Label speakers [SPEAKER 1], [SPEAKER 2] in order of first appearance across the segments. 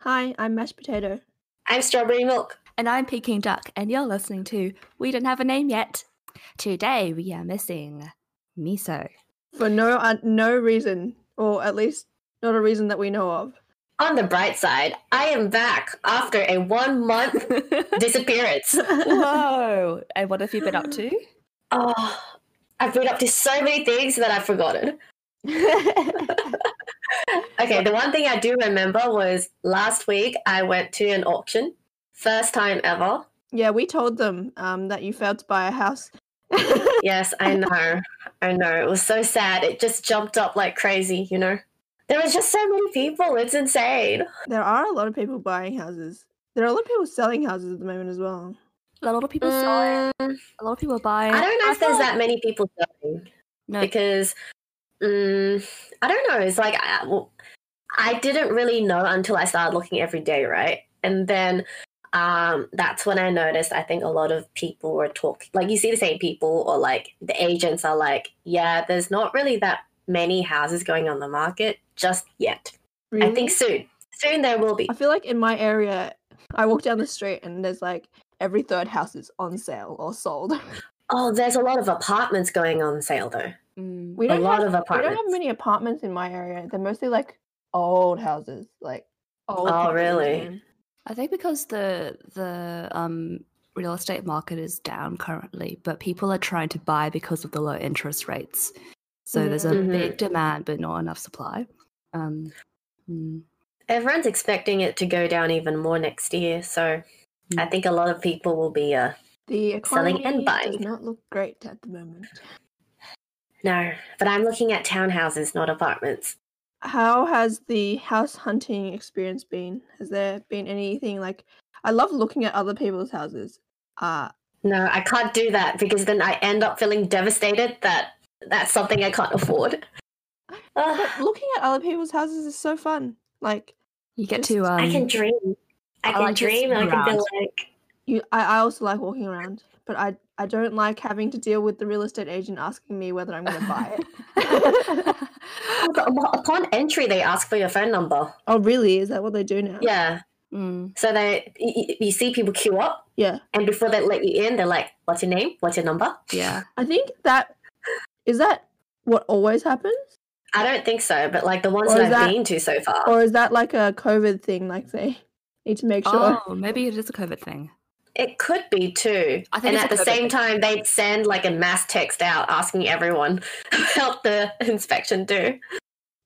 [SPEAKER 1] Hi, I'm Mashed Potato.
[SPEAKER 2] I'm Strawberry Milk.
[SPEAKER 3] And I'm Peking Duck, and you're listening to We Don't Have a Name Yet. Today we are missing miso.
[SPEAKER 1] For no uh, no reason, or at least not a reason that we know of.
[SPEAKER 2] On the bright side, I am back after a one month disappearance.
[SPEAKER 3] Whoa! And what have you been up to?
[SPEAKER 2] Oh, I've been up to so many things that I've forgotten. Okay, the one thing I do remember was last week I went to an auction, first time ever.
[SPEAKER 1] yeah, we told them um, that you failed to buy a house.
[SPEAKER 2] Yes, I know. I know. It was so sad. It just jumped up like crazy, you know? There was just so many people. It's insane.
[SPEAKER 1] There are a lot of people buying houses. There are a lot of people selling houses at the moment as well.
[SPEAKER 3] A lot of people saw it.
[SPEAKER 2] Mm,
[SPEAKER 3] A lot of people buy it.
[SPEAKER 2] I don't know if there's
[SPEAKER 3] feel
[SPEAKER 2] that many people going
[SPEAKER 3] No,
[SPEAKER 2] because mm, I don't know. It's like I, well, I didn't really know until I started looking every day, right? And then um, that's when I noticed. I think a lot of people were talking, like you see the same people, or like the agents are like, "Yeah, there's not really that many houses going on the market just yet. I
[SPEAKER 1] Really?
[SPEAKER 2] think soon, soon there will be."
[SPEAKER 1] I feel like in my area, I walk down the street and there's like every third house is on sale or sold.
[SPEAKER 2] Oh, there's a lot of apartments going on sale though.
[SPEAKER 3] Mm.
[SPEAKER 1] We
[SPEAKER 2] A
[SPEAKER 1] don't
[SPEAKER 2] lot
[SPEAKER 1] have, We don't
[SPEAKER 2] of apartments.
[SPEAKER 1] have many apartments in my area. They're mostly like old houses, like old.
[SPEAKER 2] Oh,
[SPEAKER 1] people live
[SPEAKER 2] really?
[SPEAKER 1] in.
[SPEAKER 3] I think because the the um real estate market is down currently, but people are trying to buy because of the low interest rates. So there's a
[SPEAKER 2] Mhm.
[SPEAKER 3] big demand, but not enough supply. Um, mm,
[SPEAKER 2] Everyone's expecting it to go down even more next year, so I
[SPEAKER 3] Mm.
[SPEAKER 2] think a lot of people will be uh
[SPEAKER 1] The economy
[SPEAKER 2] Selling and
[SPEAKER 1] does
[SPEAKER 2] buying.
[SPEAKER 1] not look great at the moment.
[SPEAKER 2] no, but I'm looking at townhouses, not apartments.
[SPEAKER 1] How has the house hunting experience been? Has there been anything like? I love looking at other people's houses. Uh
[SPEAKER 2] No, I can't do that because then I end up feeling devastated that that's something I can't afford. Ah,
[SPEAKER 1] but
[SPEAKER 2] Ugh,
[SPEAKER 1] looking at other people's houses is so fun. Like
[SPEAKER 3] you get
[SPEAKER 1] Just-
[SPEAKER 3] to um,
[SPEAKER 2] I can dream. I,
[SPEAKER 3] I
[SPEAKER 2] can
[SPEAKER 3] like this
[SPEAKER 2] dream and I can
[SPEAKER 3] round.
[SPEAKER 2] feel like
[SPEAKER 1] you, I, I also like walking around, but I I don't like having to deal with the real estate agent asking me whether I'm going to buy it.
[SPEAKER 2] Oh, but up- upon entry they ask for your phone number.
[SPEAKER 1] Oh, really? Is that what they do now?
[SPEAKER 2] Yeah.
[SPEAKER 3] Mm.
[SPEAKER 2] So they y- y- you see people queue up
[SPEAKER 1] Yeah.
[SPEAKER 2] and before they let you in they're like, "What's your name? What's your number?"
[SPEAKER 3] Yeah.
[SPEAKER 1] I think that is that what always happens,
[SPEAKER 2] I don't think so, but like the ones
[SPEAKER 1] Or
[SPEAKER 2] that
[SPEAKER 1] is
[SPEAKER 2] I've
[SPEAKER 1] that-
[SPEAKER 2] been to so far.
[SPEAKER 1] or is that like a COVID thing? Like they need to make sure.
[SPEAKER 3] Oh, maybe it is a COVID thing.
[SPEAKER 2] It could be too.
[SPEAKER 3] I think
[SPEAKER 2] and
[SPEAKER 3] it's
[SPEAKER 2] at
[SPEAKER 3] a
[SPEAKER 2] the
[SPEAKER 3] COVID
[SPEAKER 2] same
[SPEAKER 3] thing.
[SPEAKER 2] time, they'd send like a mass text out asking everyone about the inspection due.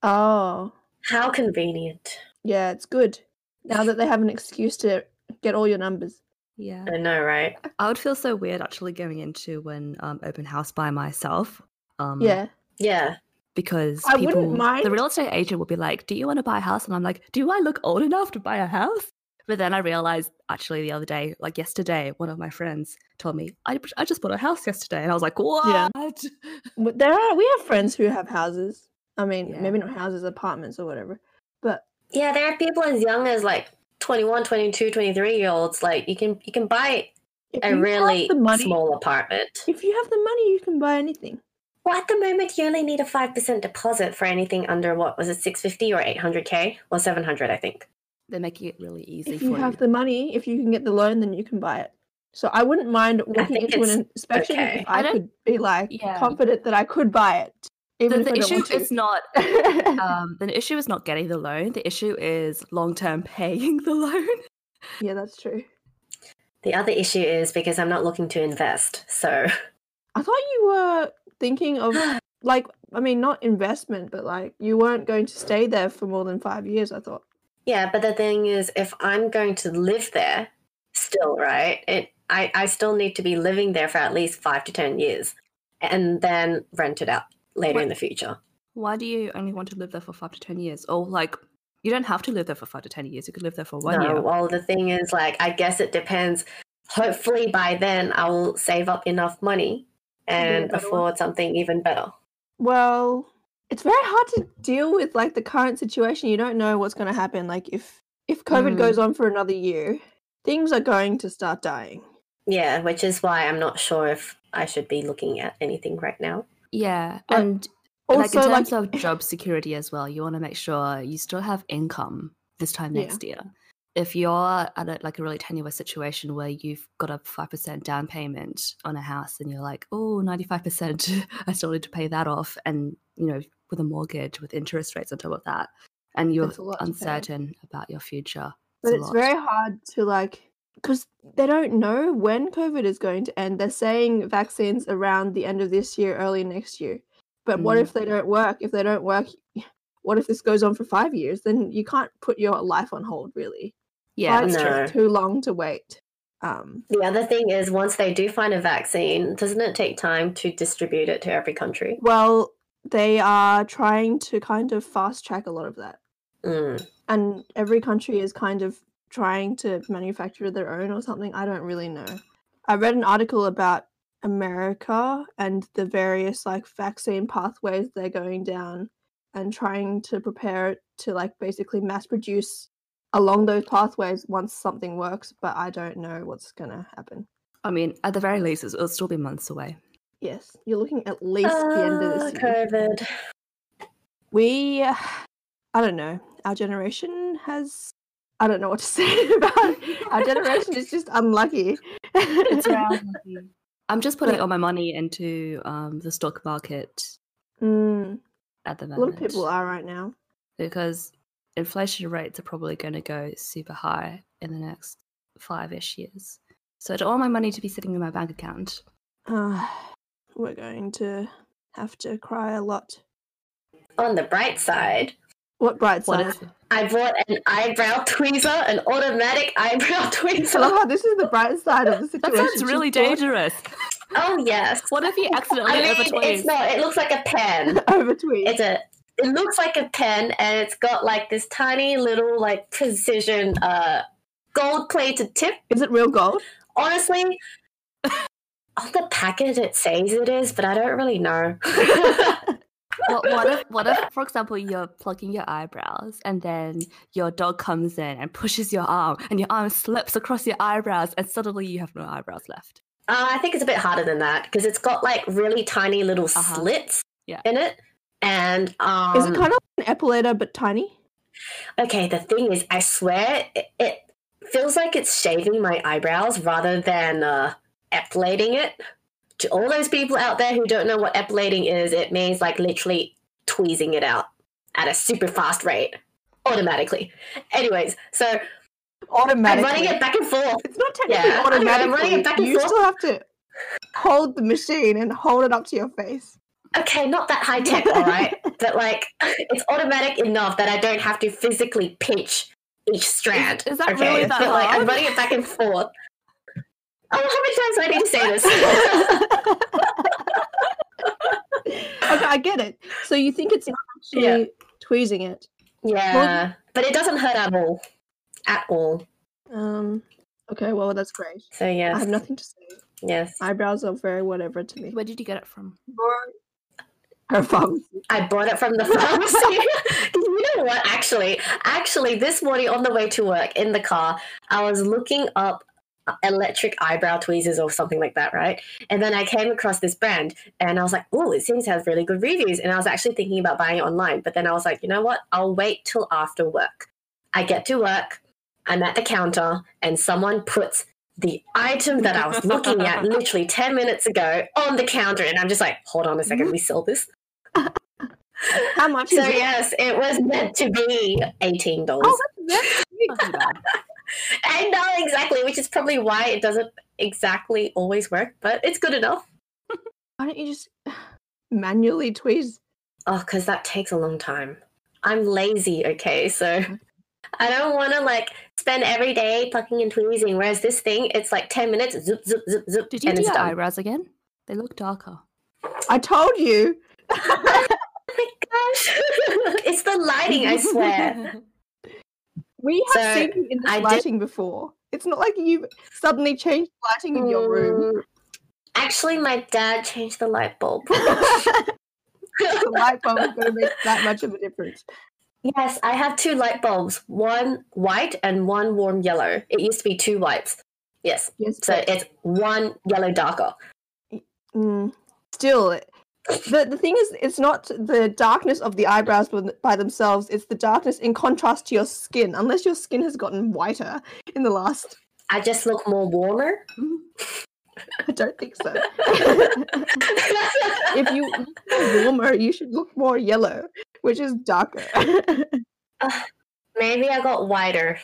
[SPEAKER 1] Oh,
[SPEAKER 2] How convenient.
[SPEAKER 1] yeah, it's good now that they have an excuse to get all your numbers.
[SPEAKER 3] Yeah.
[SPEAKER 2] I know, right?
[SPEAKER 3] I would feel so weird actually going into an um, open house by myself. Um,
[SPEAKER 1] Yeah,
[SPEAKER 2] Yeah.
[SPEAKER 3] Because
[SPEAKER 1] I wouldn't
[SPEAKER 3] people,
[SPEAKER 1] mind-
[SPEAKER 3] the real estate agent would be like, "Do you want to buy a house?" And I'm like, "Do I look old enough to buy a house?" But then I realized actually the other day, like yesterday, one of my friends told me, "I, I just bought a house yesterday," and I was like, "What?"
[SPEAKER 1] Yeah. W- there are we have friends who have houses. I mean,
[SPEAKER 3] Yeah.
[SPEAKER 1] maybe not houses, apartments or whatever. But
[SPEAKER 2] Yeah, there are people as young as like 21, 22, 23 year olds. Like you can you can buy
[SPEAKER 1] if
[SPEAKER 2] a
[SPEAKER 1] you have
[SPEAKER 2] really
[SPEAKER 1] the money,
[SPEAKER 2] small apartment.
[SPEAKER 1] if you have the money, you can buy anything.
[SPEAKER 2] Well, at the moment you only need a five percent deposit for anything under what was it, six fifty or eight hundred K? Or seven hundred, I think.
[SPEAKER 3] They're making it really easy
[SPEAKER 1] If
[SPEAKER 3] for
[SPEAKER 1] you
[SPEAKER 3] you.
[SPEAKER 1] have the money, if you can get the loan, then you can buy it. So I wouldn't mind walking
[SPEAKER 2] think
[SPEAKER 1] into
[SPEAKER 2] it's
[SPEAKER 1] an inspection
[SPEAKER 2] okay.
[SPEAKER 1] if I,
[SPEAKER 3] I don't-
[SPEAKER 1] could be like
[SPEAKER 3] Yeah.
[SPEAKER 1] confident that I could buy it,
[SPEAKER 3] the
[SPEAKER 1] even
[SPEAKER 3] the
[SPEAKER 1] if I
[SPEAKER 3] issue
[SPEAKER 1] don't want
[SPEAKER 3] is not
[SPEAKER 1] to.
[SPEAKER 3] um, the issue is not getting the loan. The issue is long term paying the loan.
[SPEAKER 1] yeah, that's true.
[SPEAKER 2] The other issue is because I'm not looking to invest. So
[SPEAKER 1] I thought you were thinking of like I mean not investment, but like you weren't going to stay there for more than five years. I thought.
[SPEAKER 2] Yeah, but the thing is, if I'm going to live there still, right? It I, I still need to be living there for at least five to ten years and then rent it out later in
[SPEAKER 3] What-
[SPEAKER 2] the future.
[SPEAKER 3] Why do you only want to live there for five to ten years? Or like, you don't have to live there for five to ten years. You could live there for one
[SPEAKER 2] no,
[SPEAKER 3] year.
[SPEAKER 2] well the thing is like I guess it depends. Hopefully by then I will save up enough money and
[SPEAKER 1] better one.
[SPEAKER 2] afford something even better.
[SPEAKER 1] Well, it's very hard to deal with like the current situation. You don't know what's going to happen. Like if if COVID
[SPEAKER 3] Mm.
[SPEAKER 1] goes on for another year, things are going to start dying.
[SPEAKER 2] Yeah, which is why I'm not sure if I should be looking at anything right now.
[SPEAKER 3] Yeah,
[SPEAKER 1] Like,
[SPEAKER 3] and like in
[SPEAKER 1] Also, like,
[SPEAKER 3] terms of job security as well, you want to make sure you still have income this time
[SPEAKER 1] Yeah.
[SPEAKER 3] next year. if you're at a, like a really tenuous situation where you've got a 5% down payment on a house and you're like oh 95% i still need to pay that off and you know with a mortgage with interest rates on top of that and you're
[SPEAKER 1] It's a lot to pay.
[SPEAKER 3] uncertain about your future
[SPEAKER 1] But
[SPEAKER 3] a
[SPEAKER 1] it's
[SPEAKER 3] lot.
[SPEAKER 1] very hard to like because they don't know when COVID is going to end. They're saying vaccines around the end of this year, early next year. But what
[SPEAKER 3] Mm.
[SPEAKER 1] if they don't work? If they don't work, what if this goes on for five years? Then you can't put your life on hold, really.
[SPEAKER 3] yeah
[SPEAKER 1] Five's
[SPEAKER 2] No.
[SPEAKER 1] just too long to wait. Um,
[SPEAKER 2] The other thing is, once they do find a vaccine, doesn't it take time to distribute it to every country?
[SPEAKER 1] well, they are trying to kind of fast track a lot of that.
[SPEAKER 2] Mm.
[SPEAKER 1] And every country is kind of trying to manufacture their own or something. I don't really know. I read an article about America and the various like vaccine pathways they're going down and trying to prepare it to like basically mass produce along those pathways once something works, but I don't know what's gonna happen.
[SPEAKER 3] i mean at the very least it's- it'll still be months away
[SPEAKER 1] Yes, you're looking at least the end of
[SPEAKER 2] Ah,
[SPEAKER 1] this year.
[SPEAKER 2] COVID.
[SPEAKER 1] we uh, i don't know our generation has i don't know what to say about it. our generation is just unlucky
[SPEAKER 3] i'm just putting all my money into um, the stock market
[SPEAKER 1] Mm,
[SPEAKER 3] at the
[SPEAKER 1] a lot of
[SPEAKER 3] moment
[SPEAKER 1] people are right now
[SPEAKER 3] because inflation rates are probably going to go super high in the next five ish years. So I don't want my money to be sitting in my bank account.
[SPEAKER 1] uh, we're going to have to cry a lot
[SPEAKER 2] On the bright side,
[SPEAKER 1] what bright
[SPEAKER 3] What
[SPEAKER 1] side
[SPEAKER 3] if
[SPEAKER 2] I bought an eyebrow tweezer, an automatic eyebrow
[SPEAKER 1] I love
[SPEAKER 2] tweezer.
[SPEAKER 1] how this is the bright side of the
[SPEAKER 3] that
[SPEAKER 1] situation.
[SPEAKER 3] sounds really
[SPEAKER 1] She's
[SPEAKER 3] dangerous.
[SPEAKER 2] Oh yes.
[SPEAKER 3] What if you
[SPEAKER 2] I
[SPEAKER 3] accidentally
[SPEAKER 2] mean,
[SPEAKER 3] overtweet?
[SPEAKER 2] it's not. It looks like a pen.
[SPEAKER 1] bought Over tweet.
[SPEAKER 2] It's a. It looks like a pen, and it's got like this tiny little like precision uh gold plated tip.
[SPEAKER 1] Is it real gold?
[SPEAKER 2] Honestly, on the packet it says it is, but I don't really know.
[SPEAKER 3] What, what if, what if, for example, you're plucking your eyebrows and then your dog comes in and pushes your arm, and your arm slips across your eyebrows, and suddenly you have no eyebrows left.
[SPEAKER 2] Uh, I think it's a bit harder than that because it's got like really tiny little
[SPEAKER 3] Uh-huh.
[SPEAKER 2] slits
[SPEAKER 3] Yeah.
[SPEAKER 2] in it. And um,
[SPEAKER 1] Is it kind of like an epilator but tiny?
[SPEAKER 2] okay, the thing is, I swear it, it feels like it's shaving my eyebrows rather than uh, epilating it. To all those people out there who don't know what epilating is, it means like literally tweezing it out at a super fast rate automatically. Anyways, so I'm
[SPEAKER 1] Automatically.
[SPEAKER 2] running it back and forth.
[SPEAKER 1] It's not technically
[SPEAKER 2] Yeah, I don't know, I'm
[SPEAKER 1] automatic.
[SPEAKER 2] running it back and
[SPEAKER 1] you
[SPEAKER 2] forth.
[SPEAKER 1] still have to hold the machine and hold it up to your face.
[SPEAKER 2] okay, not that high tech, all right? But like, it's automatic enough that I don't have to physically pinch each strand.
[SPEAKER 3] is that
[SPEAKER 2] okay,
[SPEAKER 3] really
[SPEAKER 2] it's
[SPEAKER 3] that
[SPEAKER 2] not like I'm
[SPEAKER 3] hard?
[SPEAKER 2] running it back and forth. Oh, how many times do I need to say this?
[SPEAKER 1] okay, I get it. So you think it's not actually
[SPEAKER 2] Yeah.
[SPEAKER 1] tweezing it.
[SPEAKER 2] yeah, but it doesn't hurt at all, at all.
[SPEAKER 1] Um okay, well that's great.
[SPEAKER 2] So
[SPEAKER 1] I
[SPEAKER 2] yes,
[SPEAKER 1] have nothing to say.
[SPEAKER 2] yes.
[SPEAKER 1] Eyebrows are very whatever to me.
[SPEAKER 3] Where did you get it from?
[SPEAKER 1] Her phone.
[SPEAKER 2] I bought it from the pharmacy. 'Cause you know what? Actually, actually, this morning on the way to work in the car, I was looking up electric eyebrow tweezers or something like that, right? And then I came across this brand, and I was like, "Oh, it seems to have really good reviews." And I was actually thinking about buying it online, but then I was like, "You know what? I'll wait till after work." I get to work, I'm at the counter, and someone puts the item that I was looking at literally 10 minutes ago on the counter, and I'm just like, "Hold on a second, we sell this."
[SPEAKER 1] How much
[SPEAKER 2] So
[SPEAKER 1] is it?
[SPEAKER 2] yes, it was meant to be eighteen dollars.
[SPEAKER 1] Oh, that's
[SPEAKER 3] Not too bad.
[SPEAKER 2] I know exactly, which is probably why it doesn't exactly always work, but it's good enough.
[SPEAKER 1] Why don't you just manually tweeze?
[SPEAKER 2] Oh, because that takes a long time. I'm lazy, okay, so I don't want to like spend every day plucking and tweezing. Whereas this thing, it's like ten minutes, zip, zip, zip, zip,
[SPEAKER 3] Did you
[SPEAKER 2] and
[SPEAKER 3] do
[SPEAKER 2] it's
[SPEAKER 3] your
[SPEAKER 2] done.
[SPEAKER 3] eyebrows again? They look darker.
[SPEAKER 1] I told you.
[SPEAKER 2] Oh my gosh, it's the lighting, I swear.
[SPEAKER 1] We have
[SPEAKER 2] So,
[SPEAKER 1] seen you in this
[SPEAKER 2] I did-
[SPEAKER 1] lighting before. It's not like you've suddenly changed lighting in your room.
[SPEAKER 2] Mm, Actually, my dad changed the light bulb.
[SPEAKER 1] the light bulb is going to make that much of a difference.
[SPEAKER 2] Yes, I have two light bulbs, one white and one warm yellow. It used to be two whites. Yes,
[SPEAKER 1] Yes,
[SPEAKER 2] so
[SPEAKER 1] but-
[SPEAKER 2] it's one yellow darker.
[SPEAKER 1] mm, still, the, the thing is, it's not the darkness of the eyebrows with- by themselves, it's the darkness in contrast to your skin, unless your skin has gotten whiter in the last.
[SPEAKER 2] I just look more warmer.
[SPEAKER 1] I don't think so. if you look more warmer, you should look more yellow, which is darker.
[SPEAKER 2] Maybe I got whiter.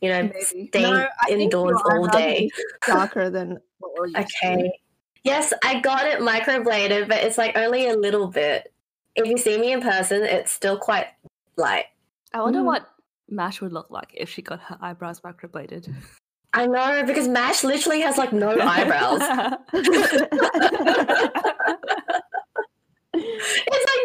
[SPEAKER 2] You know,
[SPEAKER 1] Maybe.
[SPEAKER 2] staying
[SPEAKER 1] No, I think your
[SPEAKER 2] indoors all
[SPEAKER 1] eyebrows
[SPEAKER 2] day.
[SPEAKER 1] are Darker than what we're used to.
[SPEAKER 2] Okay. Yes, I got it microbladed, but it's like only a little bit. If you see me in person, it's still quite light.
[SPEAKER 3] I wonder
[SPEAKER 1] Mm.
[SPEAKER 2] Hmm.
[SPEAKER 3] what Mash would look like if she got her eyebrows microbladed.
[SPEAKER 2] I know because Mash literally has like no eyebrows. it's like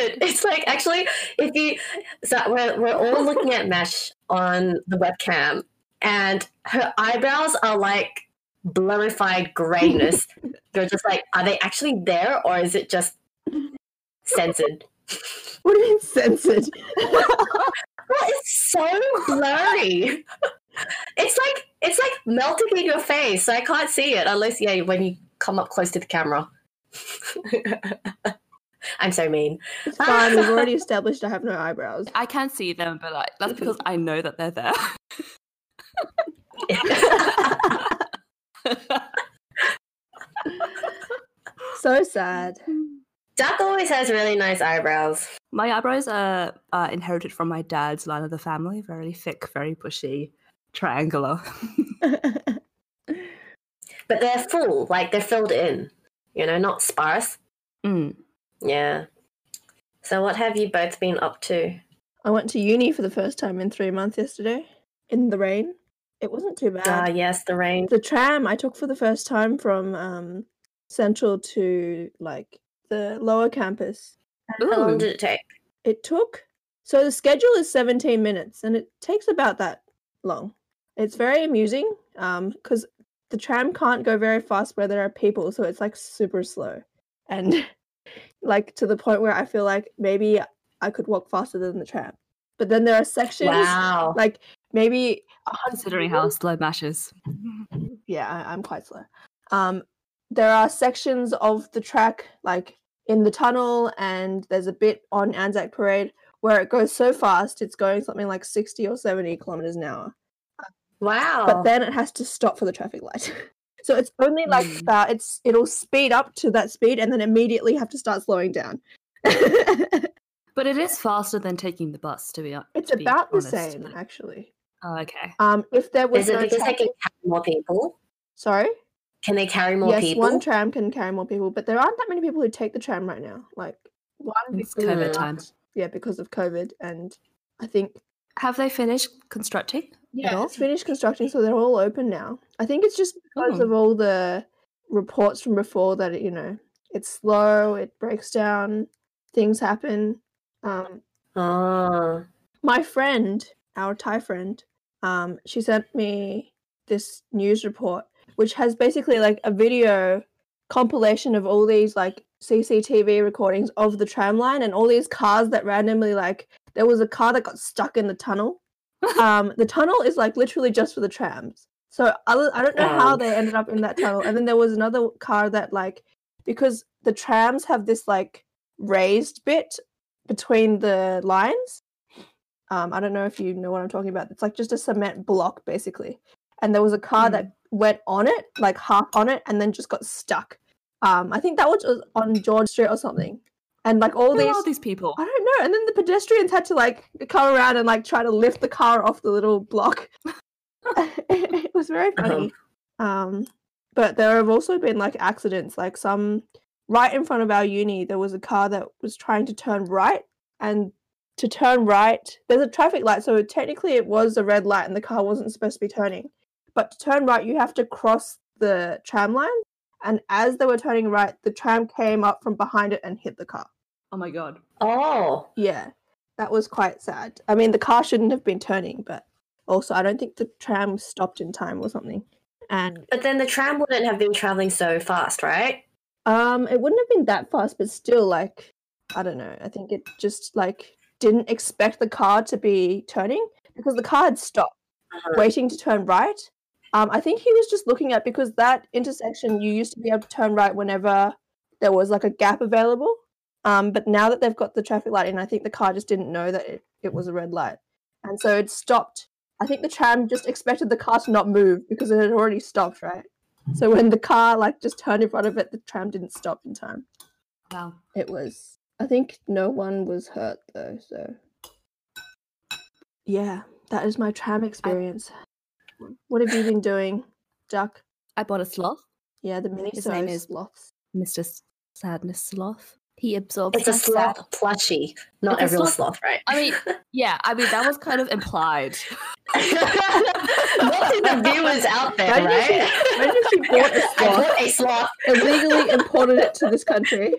[SPEAKER 2] non-existent. It's like actually, if you so we're we're all looking at Mesh on the webcam, and her eyebrows are like blurrified grayness. You're just like, are they actually there, or is it just censored?
[SPEAKER 1] What do you mean censored?
[SPEAKER 2] What is so blurry? It's like it's like melting in your face. So I can't see it unless yeah, when you come up close to the camera. I'm so mean.
[SPEAKER 1] It's fine. We've already established I have no eyebrows.
[SPEAKER 3] I can see them, but like, that's because I know that they're there.
[SPEAKER 1] So sad.
[SPEAKER 2] Duck always has really nice eyebrows.
[SPEAKER 3] my eyebrows are uh, inherited from my dad's line of the family. Very thick, very bushy, triangular.
[SPEAKER 2] but they're full, like they're filled in, you know, not sparse.
[SPEAKER 3] Mm.
[SPEAKER 2] Yeah. So, what have you both been up to?
[SPEAKER 1] I went to uni for the first time in three months yesterday in the rain. It wasn't too bad.
[SPEAKER 2] Ah, yes, the rain.
[SPEAKER 1] The tram I took for the first time from um, Central to like the lower campus.
[SPEAKER 2] How long
[SPEAKER 3] Ooh.
[SPEAKER 2] did it take?
[SPEAKER 1] It took so the schedule is 17 minutes and it takes about that long. It's very amusing because the tram can't go very fast where there are people, so it's like super slow and like to the point where I feel like maybe I could walk faster than the tram. But then there are sections
[SPEAKER 2] Wow.
[SPEAKER 1] like maybe a hundred
[SPEAKER 3] Considering
[SPEAKER 1] people-
[SPEAKER 3] how slow Mash is.
[SPEAKER 1] yeah I, i'm quite slow um there are sections of the track like in the tunnel and there's a bit on anzac parade where it goes so fast it's going something like 60 or 70 kilometers an hour
[SPEAKER 2] Wow.
[SPEAKER 1] but then it has to stop for the traffic light so it's only like
[SPEAKER 2] Hmm.
[SPEAKER 3] Mm.
[SPEAKER 1] about it's it'll speed up to that speed and then immediately have to start slowing down it's
[SPEAKER 3] But it is faster than taking the bus, to be honest. to be
[SPEAKER 1] about the
[SPEAKER 3] honest.
[SPEAKER 1] same actually
[SPEAKER 3] Oh, okay.
[SPEAKER 1] um if there was
[SPEAKER 2] is it
[SPEAKER 1] no
[SPEAKER 2] because they
[SPEAKER 1] traffic
[SPEAKER 2] can carry more people?
[SPEAKER 1] sorry
[SPEAKER 2] Can they carry more
[SPEAKER 1] yes,
[SPEAKER 2] people?
[SPEAKER 1] one tram can carry more people, but there aren't that many people who take the tram right now. Like one
[SPEAKER 3] It's
[SPEAKER 1] because-
[SPEAKER 3] COVID time.
[SPEAKER 1] Yeah, because of COVID, and I think
[SPEAKER 3] Have they finished constructing?
[SPEAKER 1] yeah,
[SPEAKER 3] all?
[SPEAKER 1] it's finished constructing, so they're all open now. I think it's just because
[SPEAKER 3] Oh.
[SPEAKER 1] of all the reports from before that it, you know it's slow, it breaks down, things happen. Um,
[SPEAKER 2] oh.
[SPEAKER 1] my friend, our Thai friend, um, she sent me this news report, which has basically like a video compilation of all these like CCTV recordings of the tram line and all these cars that randomly like there was a car that got stuck in the tunnel. um, the tunnel is like literally just for the trams. So other, I don't know how
[SPEAKER 2] Wow.
[SPEAKER 1] they ended up in that tunnel. And then there was another car that like because the trams have this like raised bit between the lines. Um, I don't know if you know what I'm talking about. It's like just a cement block basically. And there was a car that went on it, like half on it, and then just got stuck. Um, I think that was was on George Street or something. And like all
[SPEAKER 3] Who
[SPEAKER 1] these,
[SPEAKER 3] are these people?
[SPEAKER 1] I don't know. And then the pedestrians had to like come around and like try to lift the car off the little block. it was very
[SPEAKER 2] Uh-huh.
[SPEAKER 1] funny. Um, but there have also been like accidents, like some right in front of our uni, there was a car that was trying to turn right and to turn right, there's a traffic light, so technically it was a red light and the car wasn't supposed to be turning. But to turn right, you have to cross the tram line, and as they were turning right, the tram came up from behind it and hit the car.
[SPEAKER 3] Oh my god.
[SPEAKER 2] Oh.
[SPEAKER 1] Yeah, that was quite sad. I mean, the car shouldn't have been turning, but also I don't think the tram stopped in time or something. And
[SPEAKER 2] But then the tram wouldn't have been traveling so fast, right?
[SPEAKER 1] um, it wouldn't have been that fast, but still, like, I don't know. I think it just like didn't expect the car to be turning because the car had stopped,
[SPEAKER 2] Uh-huh.
[SPEAKER 1] waiting to turn right. Um, I think he was just looking at because that intersection you used to be able to turn right whenever there was like a gap available. Um, but now that they've got the traffic light in, I think the car just didn't know that it, it was a red light. And so it stopped. I think the tram just expected the car to not move because it had already stopped, right? So when the car like just turned in front of it, the tram didn't stop in time.
[SPEAKER 3] Wow.
[SPEAKER 1] It was I think no one was hurt though, so yeah, that is my tram experience. What have you been doing, Duck?
[SPEAKER 3] I bought a sloth,
[SPEAKER 1] Yeah, the mini
[SPEAKER 3] His name is-
[SPEAKER 1] sloths.
[SPEAKER 3] Mr. Sadness Sloth. He absorbs
[SPEAKER 2] It's a
[SPEAKER 3] my sad-
[SPEAKER 2] sloth plushie, not
[SPEAKER 3] It's a
[SPEAKER 2] a real
[SPEAKER 3] sloth-
[SPEAKER 2] sloth, right?
[SPEAKER 3] I mean, yeah, I mean, that was kind of implied.
[SPEAKER 2] Not to the viewers out there,
[SPEAKER 1] Imagine if
[SPEAKER 2] right?
[SPEAKER 1] she- imagine if she bought a
[SPEAKER 2] I
[SPEAKER 1] sloth.
[SPEAKER 2] bought a sloth.
[SPEAKER 1] Illegally imported it to this country.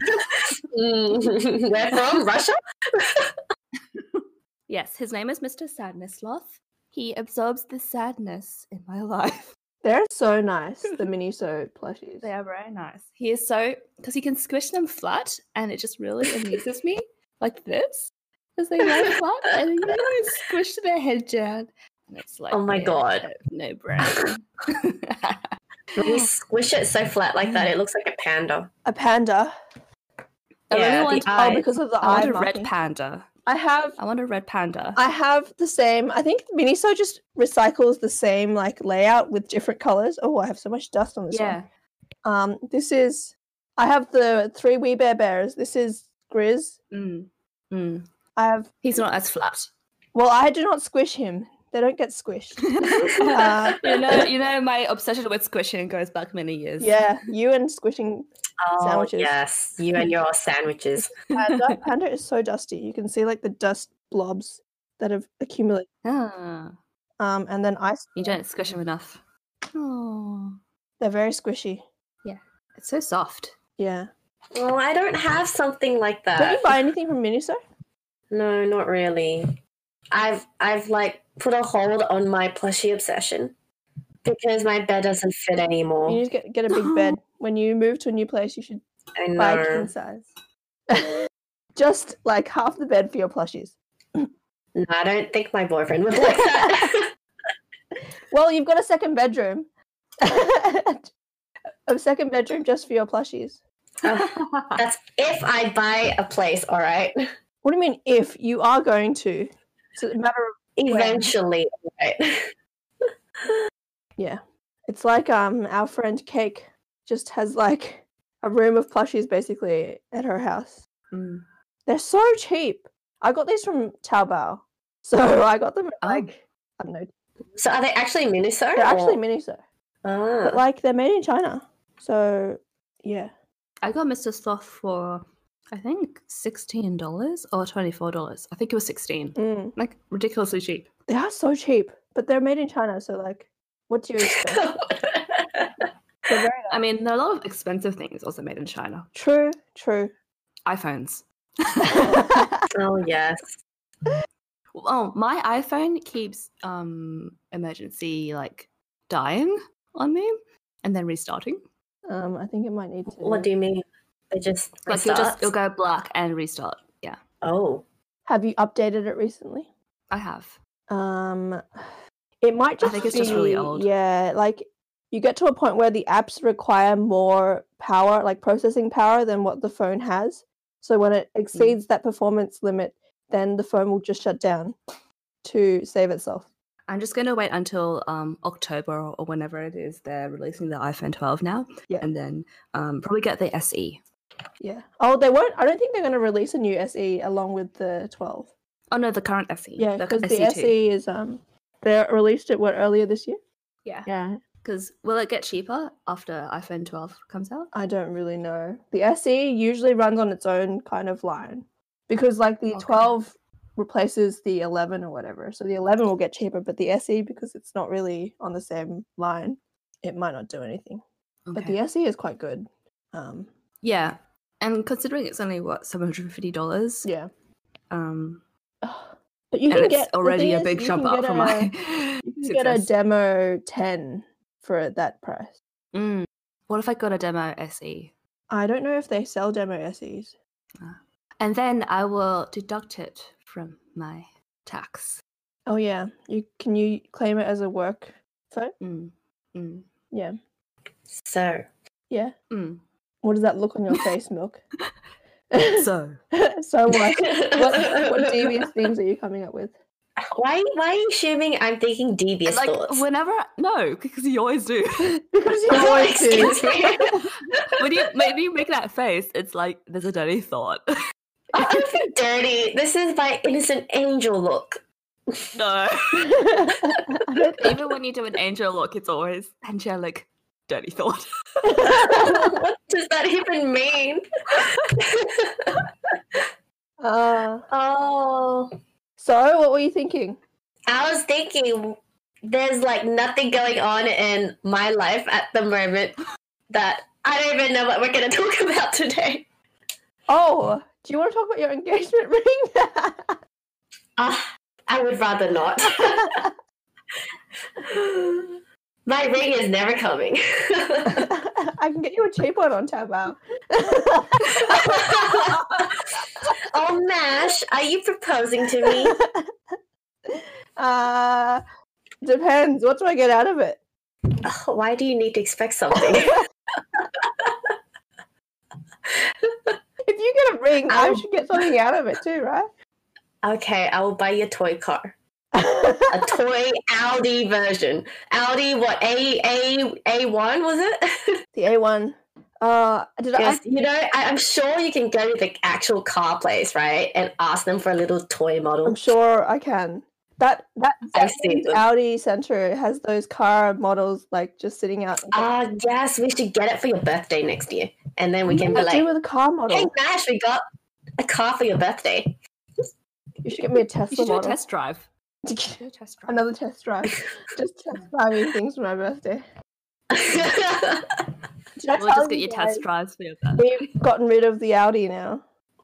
[SPEAKER 2] Mm. Where from? Russia?
[SPEAKER 3] Yes, his name is Mr. Sadness Sloth. He absorbs the sadness in my life.
[SPEAKER 1] They're so nice, the mini so plushies.
[SPEAKER 3] They are very nice. He is so because he can squish them flat, and it just really amuses me, like this, because they lie flat and you know, you squish their head down, and it's like,
[SPEAKER 2] Oh my God.
[SPEAKER 3] no brain.
[SPEAKER 2] When you squish it so flat like that, it looks like a panda.
[SPEAKER 1] A panda.
[SPEAKER 3] I really
[SPEAKER 2] yeah,
[SPEAKER 3] want-
[SPEAKER 2] the
[SPEAKER 1] Oh,
[SPEAKER 2] eye.
[SPEAKER 1] because of the
[SPEAKER 3] I
[SPEAKER 1] eye
[SPEAKER 3] want a red
[SPEAKER 1] marking.
[SPEAKER 3] panda.
[SPEAKER 1] I have
[SPEAKER 3] I want a red panda.
[SPEAKER 1] I have the same. I think Miniso just recycles the same like layout with different colors. Oh, I have so much dust on this
[SPEAKER 3] yeah,
[SPEAKER 1] one. Um, this is. I have the three wee bear bears. This is Grizz.
[SPEAKER 3] Mm. Mm.
[SPEAKER 1] I have.
[SPEAKER 3] he's not as flat.
[SPEAKER 1] Well, I do not squish him. They don't get squished. Uh,
[SPEAKER 3] Ah, you know, you know, my obsession with squishing goes back many years.
[SPEAKER 1] yeah, you and squishing
[SPEAKER 2] oh,
[SPEAKER 1] sandwiches.
[SPEAKER 2] Yes, you and your sandwiches.
[SPEAKER 1] panda. panda is so dusty. You can see like the dust blobs that have accumulated.
[SPEAKER 3] Ah,
[SPEAKER 1] Um, and then ice.
[SPEAKER 3] you don't squish him enough. Oh,
[SPEAKER 1] They're very squishy.
[SPEAKER 3] it's so soft.
[SPEAKER 1] Yeah.
[SPEAKER 2] Well, I don't have something like that.
[SPEAKER 1] Don't you buy anything from Miniso?
[SPEAKER 2] No, not really. I've I've like put a hold on my plushie obsession because my bed doesn't fit
[SPEAKER 1] You
[SPEAKER 2] anymore.
[SPEAKER 1] need to get, get a big bed. When you move to a new place, you should
[SPEAKER 2] I
[SPEAKER 1] buy
[SPEAKER 2] know.
[SPEAKER 1] king size. Just like half the bed for your plushies.
[SPEAKER 2] No, I don't think my boyfriend would like that.
[SPEAKER 1] Well, you've got a second bedroom. a second bedroom just for your plushies.
[SPEAKER 3] Mm.
[SPEAKER 2] That's if I buy a place, all right.
[SPEAKER 1] What do you mean if you are going to? It's a matter of
[SPEAKER 2] Eventually, all right.
[SPEAKER 1] it's like um our friend Cake just has like a room of plushies basically at her house.
[SPEAKER 3] Mm.
[SPEAKER 1] They're so cheap. I got these from Taobao. So I got them at,
[SPEAKER 3] Oh.
[SPEAKER 1] like I don't know.
[SPEAKER 2] So are they actually Miniso?
[SPEAKER 1] They're actually
[SPEAKER 2] or-
[SPEAKER 1] Miniso.
[SPEAKER 2] Ah.
[SPEAKER 1] But like they're made in China. So yeah.
[SPEAKER 3] I got Mr. Sloth for I think sixteen dollars or twenty four dollars. I think it was sixteen.
[SPEAKER 1] Mm.
[SPEAKER 3] Like ridiculously cheap.
[SPEAKER 1] They are so cheap, but they're made in China, so like what do you expect? They're very nice.
[SPEAKER 3] I mean, there are a lot of expensive things also made in China.
[SPEAKER 1] True, true.
[SPEAKER 3] iPhones.
[SPEAKER 2] oh yes.
[SPEAKER 3] Oh, my iPhone keeps um emergency like dying on me and then restarting.
[SPEAKER 1] um, I think it might need to
[SPEAKER 2] What do you mean? They just
[SPEAKER 3] Like
[SPEAKER 2] you
[SPEAKER 3] you'll just you'll go black and restart. Yeah,
[SPEAKER 2] Oh.
[SPEAKER 1] have you updated it recently?
[SPEAKER 3] I have.
[SPEAKER 1] Um it might
[SPEAKER 3] I
[SPEAKER 1] just
[SPEAKER 3] think it's just really
[SPEAKER 1] be-
[SPEAKER 3] old.
[SPEAKER 1] Yeah, like you get to a point where the apps require more power, like processing power than what the phone has. So when
[SPEAKER 3] Hmm.
[SPEAKER 1] it exceeds that performance limit, then the phone will just shut down to save itself.
[SPEAKER 3] I'm just going to wait until um, October or whenever it is they're releasing the iPhone 12 now,
[SPEAKER 1] Yeah.
[SPEAKER 3] and then um, probably get the SE.
[SPEAKER 1] Yeah. Oh, they won't. I don't think they're going to release a new SE along with the 12.
[SPEAKER 3] Oh no, the current SE.
[SPEAKER 1] Yeah,
[SPEAKER 3] the E
[SPEAKER 1] because the
[SPEAKER 3] SE2.
[SPEAKER 1] SE is um, they released it what earlier this year.
[SPEAKER 3] Yeah,
[SPEAKER 1] Yeah.
[SPEAKER 3] because will it get cheaper after iPhone 12 comes out?
[SPEAKER 1] I don't really know. The SE usually runs on its own kind of line because like the
[SPEAKER 3] Okay.
[SPEAKER 1] 12 replaces the 11 or whatever. So the 11 will get cheaper, but the SE because it's not really on the same line, it might not do anything. But
[SPEAKER 3] Okay.
[SPEAKER 1] the SE is quite good. Um,
[SPEAKER 3] yeah, and considering it's only what seven hundred fifty dollars,
[SPEAKER 1] yeah.
[SPEAKER 3] um,
[SPEAKER 1] But you
[SPEAKER 3] and
[SPEAKER 1] can
[SPEAKER 3] it's
[SPEAKER 1] get the
[SPEAKER 3] already
[SPEAKER 1] thing
[SPEAKER 3] a
[SPEAKER 1] is,
[SPEAKER 3] big
[SPEAKER 1] you can
[SPEAKER 3] jump up
[SPEAKER 1] get
[SPEAKER 3] from
[SPEAKER 1] a-
[SPEAKER 3] my.
[SPEAKER 1] You can get a
[SPEAKER 3] success.
[SPEAKER 1] demo 10 for that price.
[SPEAKER 3] Mm. What if I got a demo E? SE?
[SPEAKER 1] I don't know if they sell demo SEs.
[SPEAKER 3] And then I will deduct it from my tax.
[SPEAKER 1] Oh yeah, you can you claim it as a work phone?
[SPEAKER 3] Mm. Mm.
[SPEAKER 1] Yeah,
[SPEAKER 2] So
[SPEAKER 1] yeah.
[SPEAKER 3] Mm.
[SPEAKER 1] What does that look on your face, Milk?
[SPEAKER 3] So
[SPEAKER 1] so what? what? What devious things are you coming up with?
[SPEAKER 2] Why? Why are you assuming I'm thinking devious
[SPEAKER 3] like
[SPEAKER 2] thoughts?
[SPEAKER 3] whenever no, because you always do.
[SPEAKER 1] Because you
[SPEAKER 2] Oh,
[SPEAKER 1] want
[SPEAKER 2] excuse
[SPEAKER 1] to.
[SPEAKER 2] me.
[SPEAKER 3] when you when you make that face, it's like there's a dirty thought.
[SPEAKER 2] I don't feel dirty. This is my innocent angel look.
[SPEAKER 1] I
[SPEAKER 3] no.
[SPEAKER 1] don't think-
[SPEAKER 3] Even when you do an angel look, it's always angelic dirty thought.
[SPEAKER 2] what does that even mean?
[SPEAKER 1] uh,
[SPEAKER 2] oh,
[SPEAKER 1] so what were you thinking?
[SPEAKER 2] I was thinking there's like nothing going on in my life at the moment that I don't even know what we're going to talk about today.
[SPEAKER 1] Oh, do you want to talk about your engagement ring?
[SPEAKER 2] Ah, I would rather not. my ring is never coming.
[SPEAKER 1] I can get you a cheap one on Taobao.
[SPEAKER 2] oh, Mash, are you proposing to me?
[SPEAKER 1] uh, depends. What do I get out of it?
[SPEAKER 2] Ugh, Why do you need to expect something?
[SPEAKER 1] If you get a ring, I
[SPEAKER 2] Um,
[SPEAKER 1] should get something out of it too, right?
[SPEAKER 2] okay, I will buy you a toy car. A toy Audi version. Audi, what, A, A, A1 was it?
[SPEAKER 1] the A1. Uh, did
[SPEAKER 2] yes, you know, I, I'm sure you can go to the actual car place, right? And ask them for a little toy
[SPEAKER 1] I?
[SPEAKER 2] model.
[SPEAKER 1] I'm sure I can. That that
[SPEAKER 2] I see
[SPEAKER 1] second
[SPEAKER 2] them.
[SPEAKER 1] Audi Center has those car models like just sitting out.
[SPEAKER 2] Ah, yes, we should get it for your birthday next year. And then we can be
[SPEAKER 1] What do
[SPEAKER 2] like,
[SPEAKER 1] with a car model.
[SPEAKER 2] hey, Nash, we got a car for your birthday.
[SPEAKER 1] You should get me a
[SPEAKER 3] You
[SPEAKER 1] Tesla
[SPEAKER 3] should do a
[SPEAKER 1] model.
[SPEAKER 3] test drive. Do a test drive.
[SPEAKER 1] Another test drive. just test driving things for my birthday.
[SPEAKER 2] Oh,
[SPEAKER 1] Did I
[SPEAKER 3] We'll
[SPEAKER 1] tell
[SPEAKER 3] just get
[SPEAKER 1] you
[SPEAKER 3] your
[SPEAKER 1] guys
[SPEAKER 3] test drives for your birthday.
[SPEAKER 1] We've gotten rid of the Audi now.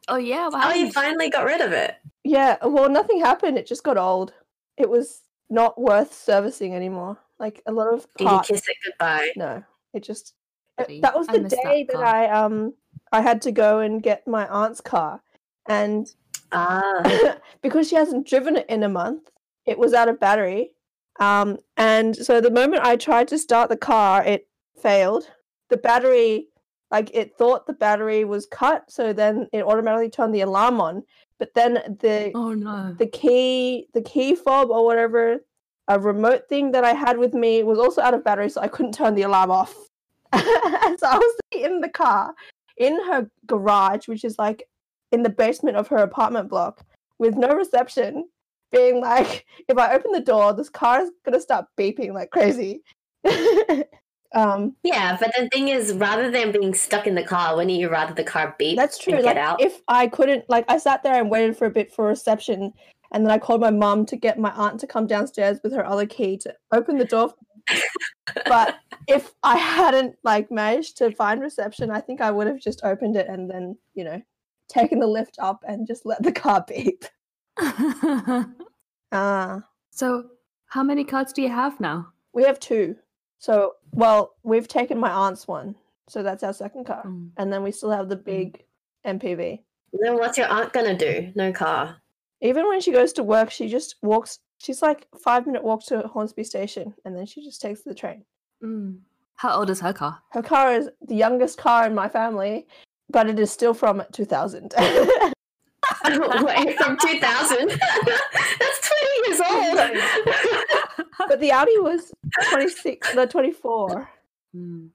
[SPEAKER 3] Oh yeah, wow.
[SPEAKER 2] oh, you finally got rid of it.
[SPEAKER 1] Yeah, well, nothing happened. It just got old. It was not worth servicing anymore. Like a lot of
[SPEAKER 2] Did you
[SPEAKER 1] parts.
[SPEAKER 2] kiss it goodbye?
[SPEAKER 1] no, it just.
[SPEAKER 3] Bloody-
[SPEAKER 1] It, that was
[SPEAKER 3] I
[SPEAKER 1] the
[SPEAKER 3] miss that
[SPEAKER 1] day that,
[SPEAKER 3] car.
[SPEAKER 1] I um I had to go and get my aunt's car, and
[SPEAKER 2] Ah.
[SPEAKER 1] because she hasn't driven it in a month, it was out of battery. Um, and so the moment I tried to start the car, it failed. The battery, like it thought the battery was cut, so then it automatically turned the alarm on. But then the
[SPEAKER 3] Oh no.
[SPEAKER 1] the key the key fob or whatever a remote thing that I had with me was also out of battery, so I couldn't turn the alarm off. and so I was sitting in the car in her garage, which is like in the basement of her apartment block, with no reception, being like, if I open the door, this car is gonna start beeping like crazy. um,
[SPEAKER 2] Yeah, but the thing is, rather than being stuck in the car, wouldn't you rather the car beep?
[SPEAKER 1] That's true.
[SPEAKER 2] And
[SPEAKER 1] Like
[SPEAKER 2] get out.
[SPEAKER 1] if I couldn't, like I sat there and waited for a bit for reception, and then I called my mom to get my aunt to come downstairs with her other key to open the door. for me. but if I hadn't like managed to find reception, I think I would have just opened it and then you know taken the lift up and just let the car beep. Ah,
[SPEAKER 3] so how many cards do you have now?
[SPEAKER 1] we have two. So well, we've taken my aunt's one, so that's our second car,
[SPEAKER 3] Mm.
[SPEAKER 1] and then we still have the big MPV.
[SPEAKER 2] Then what's your aunt gonna do? No car.
[SPEAKER 1] Even when she goes to work, she just walks. She's like five minute walk to Hornsby Station, and then she just takes the train.
[SPEAKER 3] Mm. How old is her car?
[SPEAKER 1] Her car is the youngest car in my family, but it is still from 2000.
[SPEAKER 2] Wait, from 2000? That's 20 years old.
[SPEAKER 1] but the Audi was 26, no 24.
[SPEAKER 3] Mm.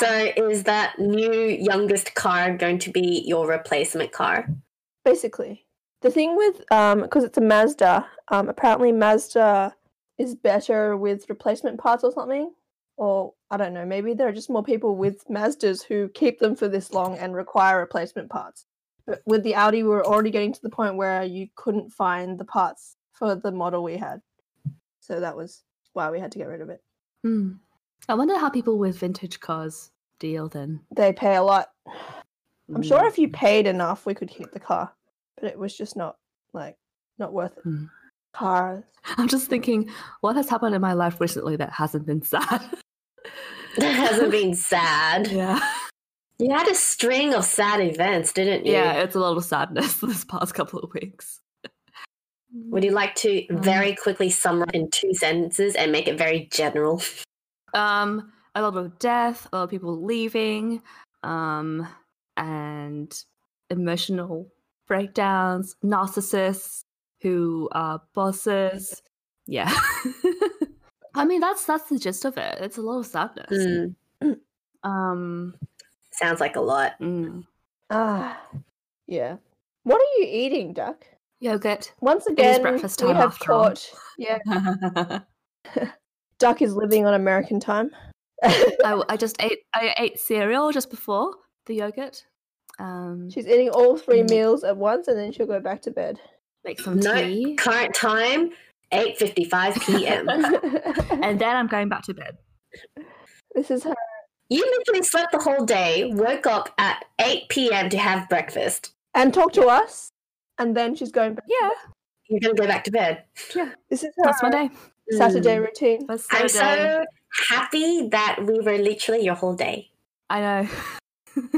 [SPEAKER 2] so, is that new youngest car going to be your replacement car?
[SPEAKER 1] basically. The thing with um because it's a Mazda, um apparently Mazda is better with replacement parts or something. Or I don't know, maybe there are just more people with Mazdas who keep them for this long and require replacement parts. But with the Audi we were already getting to the point where you couldn't find the parts for the model we had. So that was why we had to get rid of it.
[SPEAKER 3] Mm. I wonder how people with vintage cars deal then.
[SPEAKER 1] They pay a lot. I'm sure
[SPEAKER 3] Mm.
[SPEAKER 1] if you paid enough we could keep the car. But it was just not like not worth it.
[SPEAKER 3] Mm.
[SPEAKER 1] Cars
[SPEAKER 3] I'm just thinking, what has happened in my life recently that hasn't been sad?
[SPEAKER 2] That hasn't been sad.
[SPEAKER 3] yeah.
[SPEAKER 2] You had a string of sad events, didn't you?
[SPEAKER 3] Yeah, it's a lot of sadness this past couple of weeks.
[SPEAKER 2] Would you like to very quickly summarize in two sentences and make it very general?
[SPEAKER 3] Um, a lot of death, a lot of people leaving, um, and emotional breakdowns, narcissists who are bosses. Yeah. I mean that's that's the gist of it. It's a lot of sadness.
[SPEAKER 2] Mm,
[SPEAKER 3] Um
[SPEAKER 2] sounds like a lot.
[SPEAKER 3] mm.
[SPEAKER 1] Ah, yeah. What are you eating, Duck?
[SPEAKER 3] yogurt.
[SPEAKER 1] Once again,
[SPEAKER 3] breakfast
[SPEAKER 1] we
[SPEAKER 3] time
[SPEAKER 1] have
[SPEAKER 3] after all.
[SPEAKER 1] caught. Yeah,
[SPEAKER 3] I,
[SPEAKER 1] Duck is living on American time.
[SPEAKER 3] I just ate I ate cereal just before the yogurt. Um
[SPEAKER 1] She's eating all three
[SPEAKER 3] Mm.
[SPEAKER 1] meals at once, and then she'll go back to bed.
[SPEAKER 3] make some
[SPEAKER 2] No.
[SPEAKER 3] tea.
[SPEAKER 2] Current time, 8.55 p.m.
[SPEAKER 3] And then I'm going back to bed.
[SPEAKER 1] this is her.
[SPEAKER 2] you literally slept the whole day, woke up at 8 p.m. to have breakfast.
[SPEAKER 1] And talk to us, and then she's going back.
[SPEAKER 3] Yeah.
[SPEAKER 2] You're going to go back to bed.
[SPEAKER 1] This is
[SPEAKER 3] That's my
[SPEAKER 1] her
[SPEAKER 3] day.
[SPEAKER 1] Saturday
[SPEAKER 2] Mm.
[SPEAKER 1] routine.
[SPEAKER 3] That's
[SPEAKER 2] I'm
[SPEAKER 3] Saturday.
[SPEAKER 2] so happy that we were literally your whole day.
[SPEAKER 3] I know.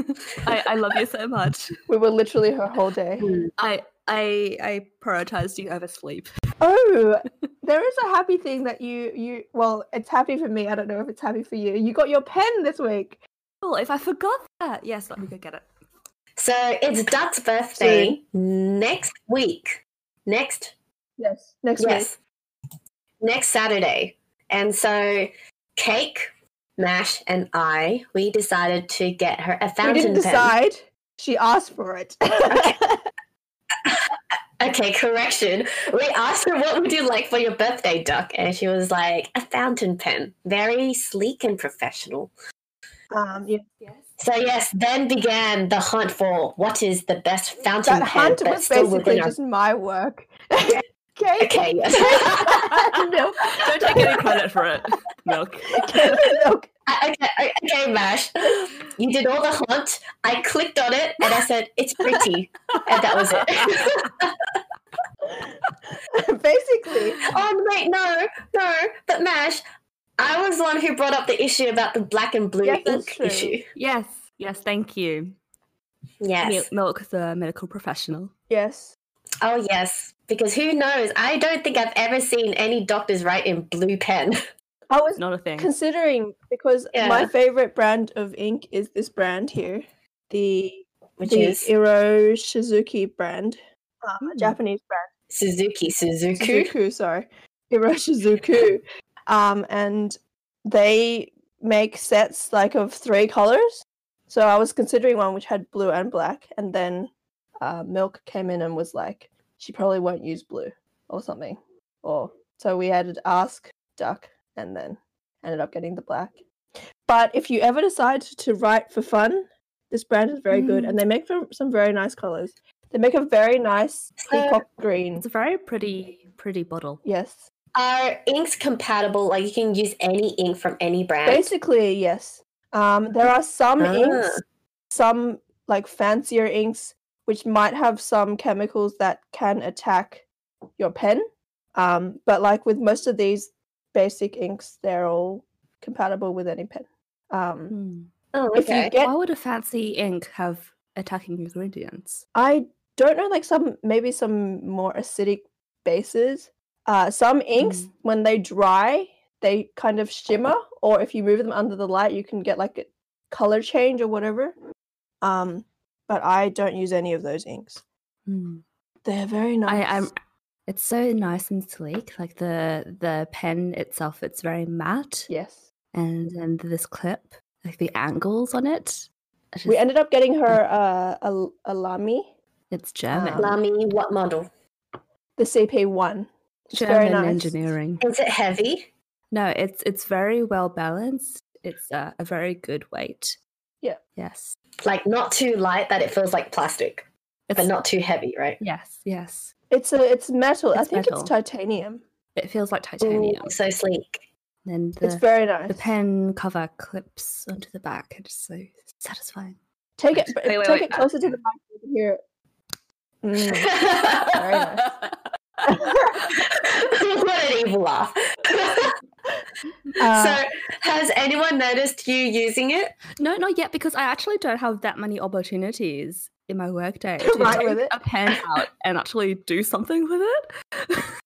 [SPEAKER 3] I, I love you so much.
[SPEAKER 1] We were literally her whole day.
[SPEAKER 3] I I I prioritized you over sleep.
[SPEAKER 1] Oh, there is a happy thing that you you. Well, it's happy for me. I don't know if it's happy for you. You got your pen this week.
[SPEAKER 3] Oh, if I forgot that. Yes, let me go get it.
[SPEAKER 2] So it's Duck's birthday next week. Next,
[SPEAKER 1] Yes, next week.
[SPEAKER 2] yes, next Saturday. And so, Cake, Mash, and I, we decided to get her a
[SPEAKER 1] we
[SPEAKER 2] fountain
[SPEAKER 1] didn't
[SPEAKER 2] pen.
[SPEAKER 1] decide. She asked for it.
[SPEAKER 2] Okay, correction. We asked her what would you like for your birthday, Duck, and she was like a fountain pen, very sleek and professional.
[SPEAKER 1] um, yeah.
[SPEAKER 3] Yes.
[SPEAKER 2] So yes, then began the hunt for what is the best fountain
[SPEAKER 1] That
[SPEAKER 2] pen
[SPEAKER 1] hunt was basically just my work. okay.
[SPEAKER 2] Okay, yes.
[SPEAKER 1] Milk.
[SPEAKER 3] Don't take any credit for it. Milk.
[SPEAKER 1] Okay, milk.
[SPEAKER 2] I- Uh, okay, I- okay, Mash. You did all the hunt. I clicked on it and I said it's pretty, and that was it.
[SPEAKER 1] Basically,
[SPEAKER 2] oh wait, no, no. But Mash, I was the one who brought up the issue about the black and blue
[SPEAKER 1] Yes, that's
[SPEAKER 2] ink
[SPEAKER 1] true.
[SPEAKER 2] issue.
[SPEAKER 3] Yes. Yes, thank you.
[SPEAKER 2] Yes.
[SPEAKER 3] Mil- Milk, the medical professional.
[SPEAKER 1] yes.
[SPEAKER 2] Oh yes, because who knows? I don't think I've ever seen any doctors write in blue pen.
[SPEAKER 1] I was
[SPEAKER 3] It's not a thing.
[SPEAKER 1] considering because
[SPEAKER 2] Yeah.
[SPEAKER 1] my favorite brand of ink is this brand here, the
[SPEAKER 2] Which
[SPEAKER 1] the
[SPEAKER 2] is
[SPEAKER 1] Iro Shizuki brand, um, a
[SPEAKER 3] Hmm.
[SPEAKER 1] Japanese brand.
[SPEAKER 2] Suzuki Suzuku.
[SPEAKER 1] Shizuku, sorry, Iro Shizuku, um, and they make sets like of three colors. So I was considering one which had blue and black, and then uh, Milk came in and was like, she probably won't use blue or something, or so we had to ask Duck, and then ended up getting the black. But if you ever decide to write for fun, this brand is very good,
[SPEAKER 3] Mm.
[SPEAKER 1] and they make some- some very nice colors. They make a very nice
[SPEAKER 2] So-
[SPEAKER 1] peacock green.
[SPEAKER 3] It's a very pretty, pretty bottle.
[SPEAKER 1] Yes,
[SPEAKER 2] Are inks compatible? Like you can use any ink from any brand.
[SPEAKER 1] basically yes. Um, there are some
[SPEAKER 2] Ah.
[SPEAKER 1] inks, some like fancier inks, which might have some chemicals that can attack your pen. Um, but like with most of these basic inks, they're all compatible with any pen. Um,
[SPEAKER 3] Hmm.
[SPEAKER 2] Oh,
[SPEAKER 1] if
[SPEAKER 2] okay.
[SPEAKER 1] you get
[SPEAKER 3] Why would a fancy ink have attacking ingredients?
[SPEAKER 1] I don't know, like some maybe some more acidic bases. Uh, some inks,
[SPEAKER 3] Mm.
[SPEAKER 1] when they dry, they kind of shimmer, or if you move them under the light, you can get like a color change or whatever. Um, but I don't use any of those inks.
[SPEAKER 3] Hmm.
[SPEAKER 1] They're very nice.
[SPEAKER 3] I, I'm. It's so nice and sleek. Like the the pen itself, it's very matte,
[SPEAKER 1] yes.
[SPEAKER 3] and and this clip, like the angles on it, it's,
[SPEAKER 1] We
[SPEAKER 3] just-
[SPEAKER 1] ended up getting her uh, a, l- a Lamy,
[SPEAKER 3] it's German.
[SPEAKER 1] Um,
[SPEAKER 2] Lamy, what model?
[SPEAKER 1] the CP1. It's very
[SPEAKER 3] German
[SPEAKER 1] nice.
[SPEAKER 3] engineering.
[SPEAKER 2] Is it heavy?
[SPEAKER 3] No, it's it's very well balanced. It's uh, a very good weight.
[SPEAKER 1] Yeah.
[SPEAKER 3] Yes.
[SPEAKER 2] Like not too light that it feels like plastic,
[SPEAKER 3] It's
[SPEAKER 2] but not too heavy, right?
[SPEAKER 3] Yes. Yes.
[SPEAKER 1] It's a it's metal. I
[SPEAKER 3] It's
[SPEAKER 1] think
[SPEAKER 3] metal.
[SPEAKER 1] it's titanium.
[SPEAKER 3] It feels like titanium.
[SPEAKER 2] Ooh, so sleek.
[SPEAKER 3] and
[SPEAKER 1] it's
[SPEAKER 3] the,
[SPEAKER 1] very nice.
[SPEAKER 3] the pen cover clips onto the back. It's so satisfying.
[SPEAKER 1] Take it.
[SPEAKER 3] Wait, wait,
[SPEAKER 1] take
[SPEAKER 3] wait,
[SPEAKER 1] it
[SPEAKER 3] uh,
[SPEAKER 1] closer to the mic. so You can hear it. Mm.
[SPEAKER 2] what an evil laugh.
[SPEAKER 1] Uh,
[SPEAKER 2] so, has anyone noticed you using it?
[SPEAKER 3] No, not yet, because I actually don't have that many opportunities in my workday
[SPEAKER 1] To
[SPEAKER 3] to
[SPEAKER 1] write
[SPEAKER 3] take
[SPEAKER 1] with it.
[SPEAKER 3] a pen out and actually do something with it.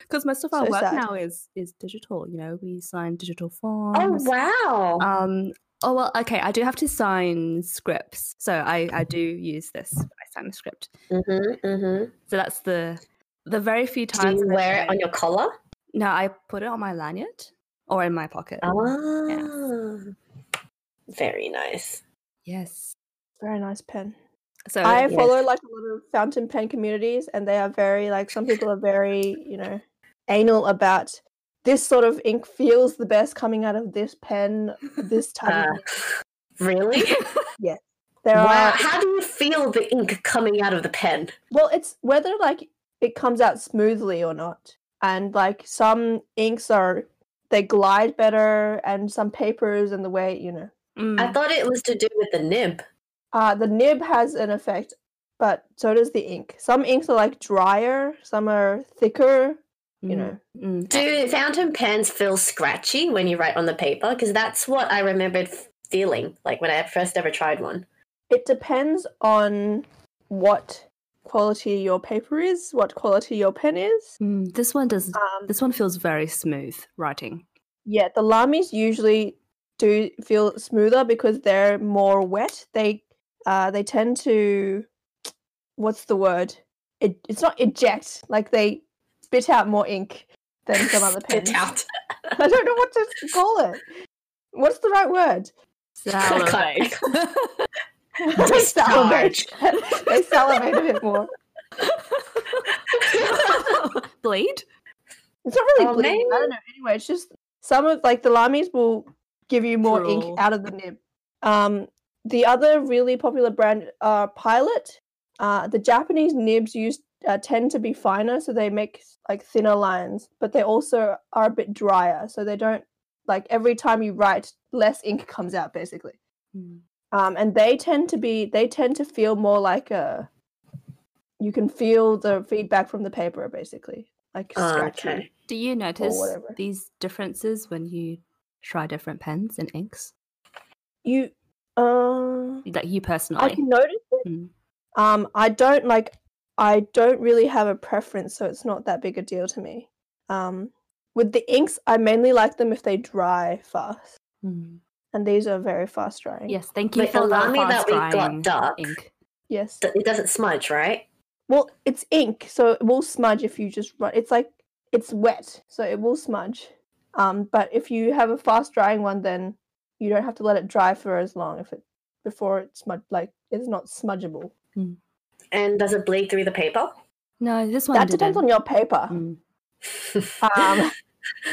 [SPEAKER 3] Because most of our
[SPEAKER 1] So
[SPEAKER 3] work
[SPEAKER 1] sad. Oh,
[SPEAKER 3] now is is digital. You know, we sign digital forms.
[SPEAKER 1] Uh,
[SPEAKER 2] Oh wow!
[SPEAKER 3] Um, Oh well, okay. I do have to sign scripts, so I I do use this. I sign a script,
[SPEAKER 2] Mm-hmm, mm-hmm.
[SPEAKER 3] so that's the the very few
[SPEAKER 2] Do
[SPEAKER 3] times
[SPEAKER 2] you
[SPEAKER 3] that
[SPEAKER 2] wear
[SPEAKER 3] I-
[SPEAKER 2] it on your collar?
[SPEAKER 3] No, I put it on my lanyard or in my pocket.
[SPEAKER 1] Oh.
[SPEAKER 2] Ah,
[SPEAKER 3] yes.
[SPEAKER 2] very nice.
[SPEAKER 3] Yes.
[SPEAKER 1] Very nice pen.
[SPEAKER 3] So
[SPEAKER 1] I
[SPEAKER 2] yes.
[SPEAKER 1] follow like a lot of fountain pen communities, and they are very like some people are very you know anal about this sort of ink feels the best coming out of this pen. This type,
[SPEAKER 2] Uh,
[SPEAKER 1] of ink.
[SPEAKER 2] really?
[SPEAKER 1] there
[SPEAKER 2] wow.
[SPEAKER 1] are
[SPEAKER 2] How do you feel the ink coming out of the pen?
[SPEAKER 1] well, it's whether like it comes out smoothly or not, and like some inks are they glide better, and some papers and the way you know
[SPEAKER 3] mm,
[SPEAKER 2] I thought it was to do with the nib.
[SPEAKER 1] Uh, the nib has an effect, but so does the ink. Some inks are like drier, some are thicker. You
[SPEAKER 3] mm,
[SPEAKER 1] know,
[SPEAKER 3] mm.
[SPEAKER 2] Do fountain pens feel scratchy when you write on the paper? Because that's what I remembered f- feeling like when I first ever tried one.
[SPEAKER 1] it depends on what quality your paper is, what quality your pen is.
[SPEAKER 3] Mm, this one does.
[SPEAKER 1] Um,
[SPEAKER 3] This one feels very smooth writing.
[SPEAKER 1] yeah, the lamis usually do feel smoother because they're more wet. They uh, they tend to what's the word? It, it's not eject like they spit out more ink than some other
[SPEAKER 2] Spit
[SPEAKER 1] pens.
[SPEAKER 2] out.
[SPEAKER 1] I don't know what to call it. What's the right word?
[SPEAKER 2] can't- I
[SPEAKER 3] Salivate.
[SPEAKER 1] salivate. they salivate a bit more.
[SPEAKER 3] Bleed.
[SPEAKER 1] It's not really
[SPEAKER 2] Oh,
[SPEAKER 1] bleeding. I don't know. Anyway, it's just some of like the lamis will give you more
[SPEAKER 3] Drool.
[SPEAKER 1] ink out of the nib. Um, the other really popular brand are Pilot. Uh, the Japanese nibs used uh, tend to be finer, so they make like thinner lines, but they also are a bit drier, so they don't like every time you write, less ink comes out basically.
[SPEAKER 3] Mm.
[SPEAKER 1] um, and they tend to be they tend to feel more like a you can feel the feedback from the paper basically like
[SPEAKER 2] Ah,
[SPEAKER 1] scratchy.
[SPEAKER 2] okay.
[SPEAKER 3] Do you notice
[SPEAKER 1] whatever.
[SPEAKER 3] these differences when you try different pens and inks?
[SPEAKER 1] you uh,
[SPEAKER 3] Like you
[SPEAKER 1] i
[SPEAKER 3] personally?
[SPEAKER 1] can notice it
[SPEAKER 3] Mm.
[SPEAKER 1] um i don't like i don't really have a preference so it's not that big a deal to me um with the inks i mainly like them if they dry fast
[SPEAKER 3] Mm.
[SPEAKER 1] and these are very fast drying
[SPEAKER 3] Yes. Thank you
[SPEAKER 2] But the
[SPEAKER 3] for the
[SPEAKER 2] lami that
[SPEAKER 3] fast
[SPEAKER 2] we got
[SPEAKER 3] drying
[SPEAKER 2] dark.
[SPEAKER 3] ink.
[SPEAKER 1] yes
[SPEAKER 2] d- It doesn't smudge, right?
[SPEAKER 1] well it's ink so it will smudge if you just run it's like it's wet so it will smudge um but if you have a fast drying one then you don't have to let it dry for as long if it before it smudge like it's not smudgeable
[SPEAKER 2] And does it bleed through the paper?
[SPEAKER 3] No, this one.
[SPEAKER 1] that depends on
[SPEAKER 3] didn't.
[SPEAKER 1] your paper
[SPEAKER 3] Mm.
[SPEAKER 1] um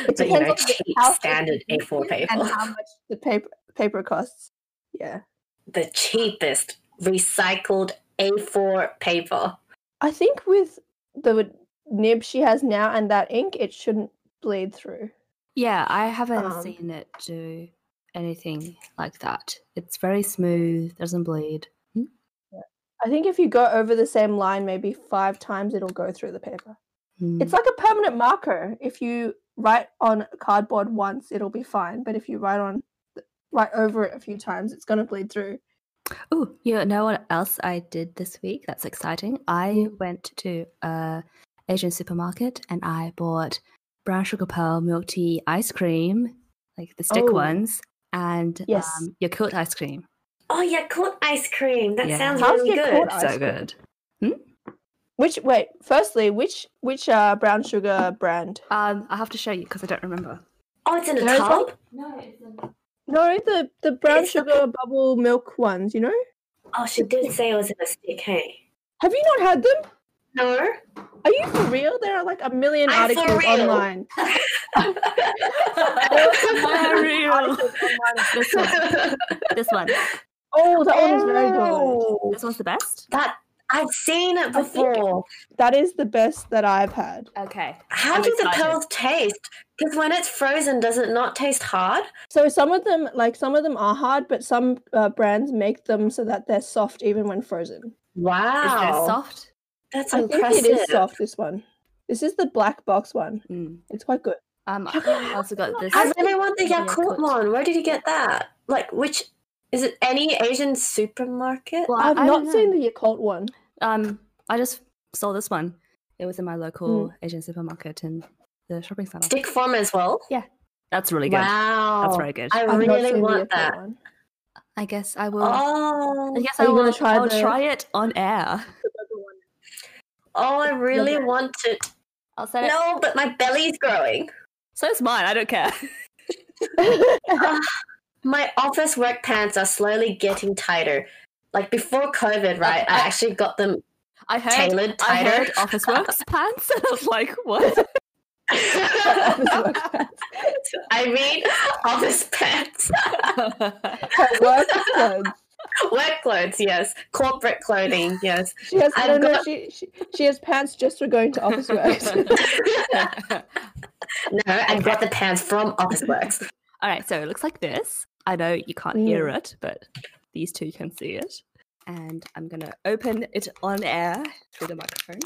[SPEAKER 1] it
[SPEAKER 2] but you know,
[SPEAKER 1] depends
[SPEAKER 2] cheap
[SPEAKER 1] on how thick
[SPEAKER 2] standard
[SPEAKER 1] it
[SPEAKER 2] A4
[SPEAKER 1] is
[SPEAKER 2] paper.
[SPEAKER 1] and how much the paper paper costs yeah
[SPEAKER 2] the cheapest recycled A4 paper.
[SPEAKER 1] i think with the nib she has now and that ink it shouldn't bleed through
[SPEAKER 3] Yeah, I haven't
[SPEAKER 1] Um,
[SPEAKER 3] seen it do anything like that. It's very smooth, doesn't bleed.
[SPEAKER 1] i think if you go over the same line maybe five times it'll go through the paper
[SPEAKER 3] Mm.
[SPEAKER 1] It's like a permanent marker. If you write on cardboard once, it'll be fine. But if you write on write over it a few times, it's gonna bleed through.
[SPEAKER 3] Oh, you know what else I did this week? That's exciting. I went to a Asian supermarket and I bought brown sugar pearl milk tea ice cream, like the stick
[SPEAKER 1] Oh.
[SPEAKER 3] ones, and
[SPEAKER 1] Yes.
[SPEAKER 3] um, Yakult ice cream.
[SPEAKER 2] Oh, yeah, Yakult ice cream. That
[SPEAKER 3] Yeah.
[SPEAKER 2] sounds
[SPEAKER 1] How's
[SPEAKER 2] really
[SPEAKER 1] Yakult
[SPEAKER 2] good.
[SPEAKER 1] ice-
[SPEAKER 3] so
[SPEAKER 1] cream.
[SPEAKER 3] good.
[SPEAKER 1] Which wait, firstly, which which uh brown sugar brand?
[SPEAKER 3] Um, I have to show you because I don't remember.
[SPEAKER 2] Oh, it's in a
[SPEAKER 1] There's
[SPEAKER 2] tub?
[SPEAKER 3] No, it's
[SPEAKER 1] No, the the brown
[SPEAKER 2] It's the-
[SPEAKER 1] sugar bubble milk ones. You know,
[SPEAKER 2] Oh, she did say it was in a stick, hey?
[SPEAKER 1] have you not had them?
[SPEAKER 2] No.
[SPEAKER 1] Are you for real? There are like a million
[SPEAKER 2] I'm for
[SPEAKER 1] articles
[SPEAKER 2] real.
[SPEAKER 1] online.
[SPEAKER 3] For real.
[SPEAKER 1] Articles online.
[SPEAKER 3] this one. This one.
[SPEAKER 1] Oh, that one is very good.
[SPEAKER 2] Oh,
[SPEAKER 3] This one's the best.
[SPEAKER 2] That I've seen it
[SPEAKER 1] I think-
[SPEAKER 2] before.
[SPEAKER 1] That is the best that I've had.
[SPEAKER 3] Okay.
[SPEAKER 2] How
[SPEAKER 3] I'm
[SPEAKER 2] do the
[SPEAKER 3] excited.
[SPEAKER 2] pearls taste? Because when it's frozen, does it not taste hard?
[SPEAKER 1] So some of them, like some of them, are hard, but some uh, brands make them so that they're soft even when frozen.
[SPEAKER 3] Is that
[SPEAKER 2] Wow.
[SPEAKER 3] soft?
[SPEAKER 2] That's
[SPEAKER 1] I
[SPEAKER 2] impressive.
[SPEAKER 1] think it is soft. This one. This is the black box one.
[SPEAKER 3] Mm.
[SPEAKER 1] It's quite good.
[SPEAKER 3] Um, I
[SPEAKER 2] Yakult.
[SPEAKER 3] also got this.
[SPEAKER 2] I really want the
[SPEAKER 3] Yeah,
[SPEAKER 2] Yakult
[SPEAKER 3] Yakult.
[SPEAKER 2] one. Where did you get that? Like, which is it? Any Asian supermarket?
[SPEAKER 3] Well, I-
[SPEAKER 1] I've
[SPEAKER 3] I
[SPEAKER 1] not
[SPEAKER 3] don't know.
[SPEAKER 1] seen the occult one.
[SPEAKER 3] Um, I just saw this one. It was in my local
[SPEAKER 1] Hmm.
[SPEAKER 3] Asian supermarket in the shopping center.
[SPEAKER 2] Stick form as well.
[SPEAKER 3] That's really good.
[SPEAKER 2] Wow,
[SPEAKER 3] That's very good.
[SPEAKER 2] I
[SPEAKER 1] I've not
[SPEAKER 2] really
[SPEAKER 1] seen the
[SPEAKER 2] want
[SPEAKER 1] occult
[SPEAKER 2] that.
[SPEAKER 1] one.
[SPEAKER 3] I guess I will.
[SPEAKER 2] Oh,
[SPEAKER 3] I guess
[SPEAKER 1] Are
[SPEAKER 3] I
[SPEAKER 1] you gonna
[SPEAKER 3] will
[SPEAKER 1] try
[SPEAKER 3] try, I'll
[SPEAKER 1] the-
[SPEAKER 3] try it on air.
[SPEAKER 2] oh, I really
[SPEAKER 1] Yeah.
[SPEAKER 2] want to.
[SPEAKER 3] I'll send it.
[SPEAKER 2] No, but my belly's growing.
[SPEAKER 3] So it's mine. I don't care.
[SPEAKER 2] My office work pants are slowly getting tighter. Like before COVID, right? I actually got them
[SPEAKER 3] I heard.
[SPEAKER 2] tailored
[SPEAKER 3] I
[SPEAKER 2] tighter.
[SPEAKER 3] heard Office Works pants, and I was like, "What?"
[SPEAKER 2] I mean, office pants,
[SPEAKER 1] Work clothes.
[SPEAKER 2] work clothes, yes, corporate clothing, yes.
[SPEAKER 1] She has. I
[SPEAKER 2] I've
[SPEAKER 1] don't know.
[SPEAKER 2] got-
[SPEAKER 1] She, she she has pants just for going to office works.
[SPEAKER 2] No, I got the pants from Office Works.
[SPEAKER 3] All right, so it looks like this. I know you can't hear it, but these two can see it. And I'm going to open it on air through the microphone.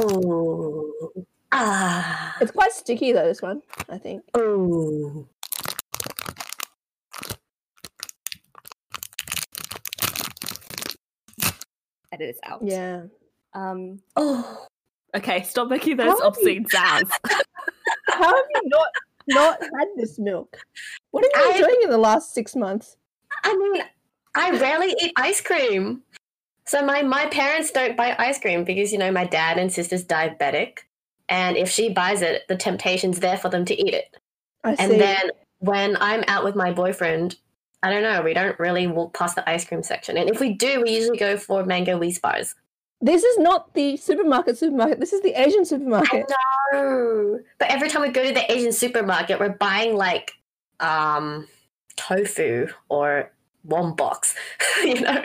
[SPEAKER 2] Ooh, ah,
[SPEAKER 1] it's quite sticky though. This one, I think.
[SPEAKER 2] ooh.
[SPEAKER 3] And it is out.
[SPEAKER 1] Yeah.
[SPEAKER 3] Um,
[SPEAKER 2] Oh,
[SPEAKER 3] okay, stop making
[SPEAKER 1] How
[SPEAKER 3] those
[SPEAKER 1] do you-
[SPEAKER 3] obscene sounds.
[SPEAKER 1] How have you not not had this milk? What have you been
[SPEAKER 2] I-
[SPEAKER 1] doing in the last six months?
[SPEAKER 2] I mean, I rarely eat ice cream. So my, my parents don't buy ice cream because, you know, my dad and sister's diabetic. And if she buys it, the temptation's there for them to eat it.
[SPEAKER 1] I
[SPEAKER 2] And
[SPEAKER 1] see.
[SPEAKER 2] then when I'm out with my boyfriend, I don't know, we don't really walk past the ice cream section. And if we do, we usually go for mango wheat bars.
[SPEAKER 1] this is not the supermarket. Supermarket. This is the Asian
[SPEAKER 2] I
[SPEAKER 1] supermarket.
[SPEAKER 2] know. But every time we go to the Asian supermarket, we're buying like um tofu or wombox, you know.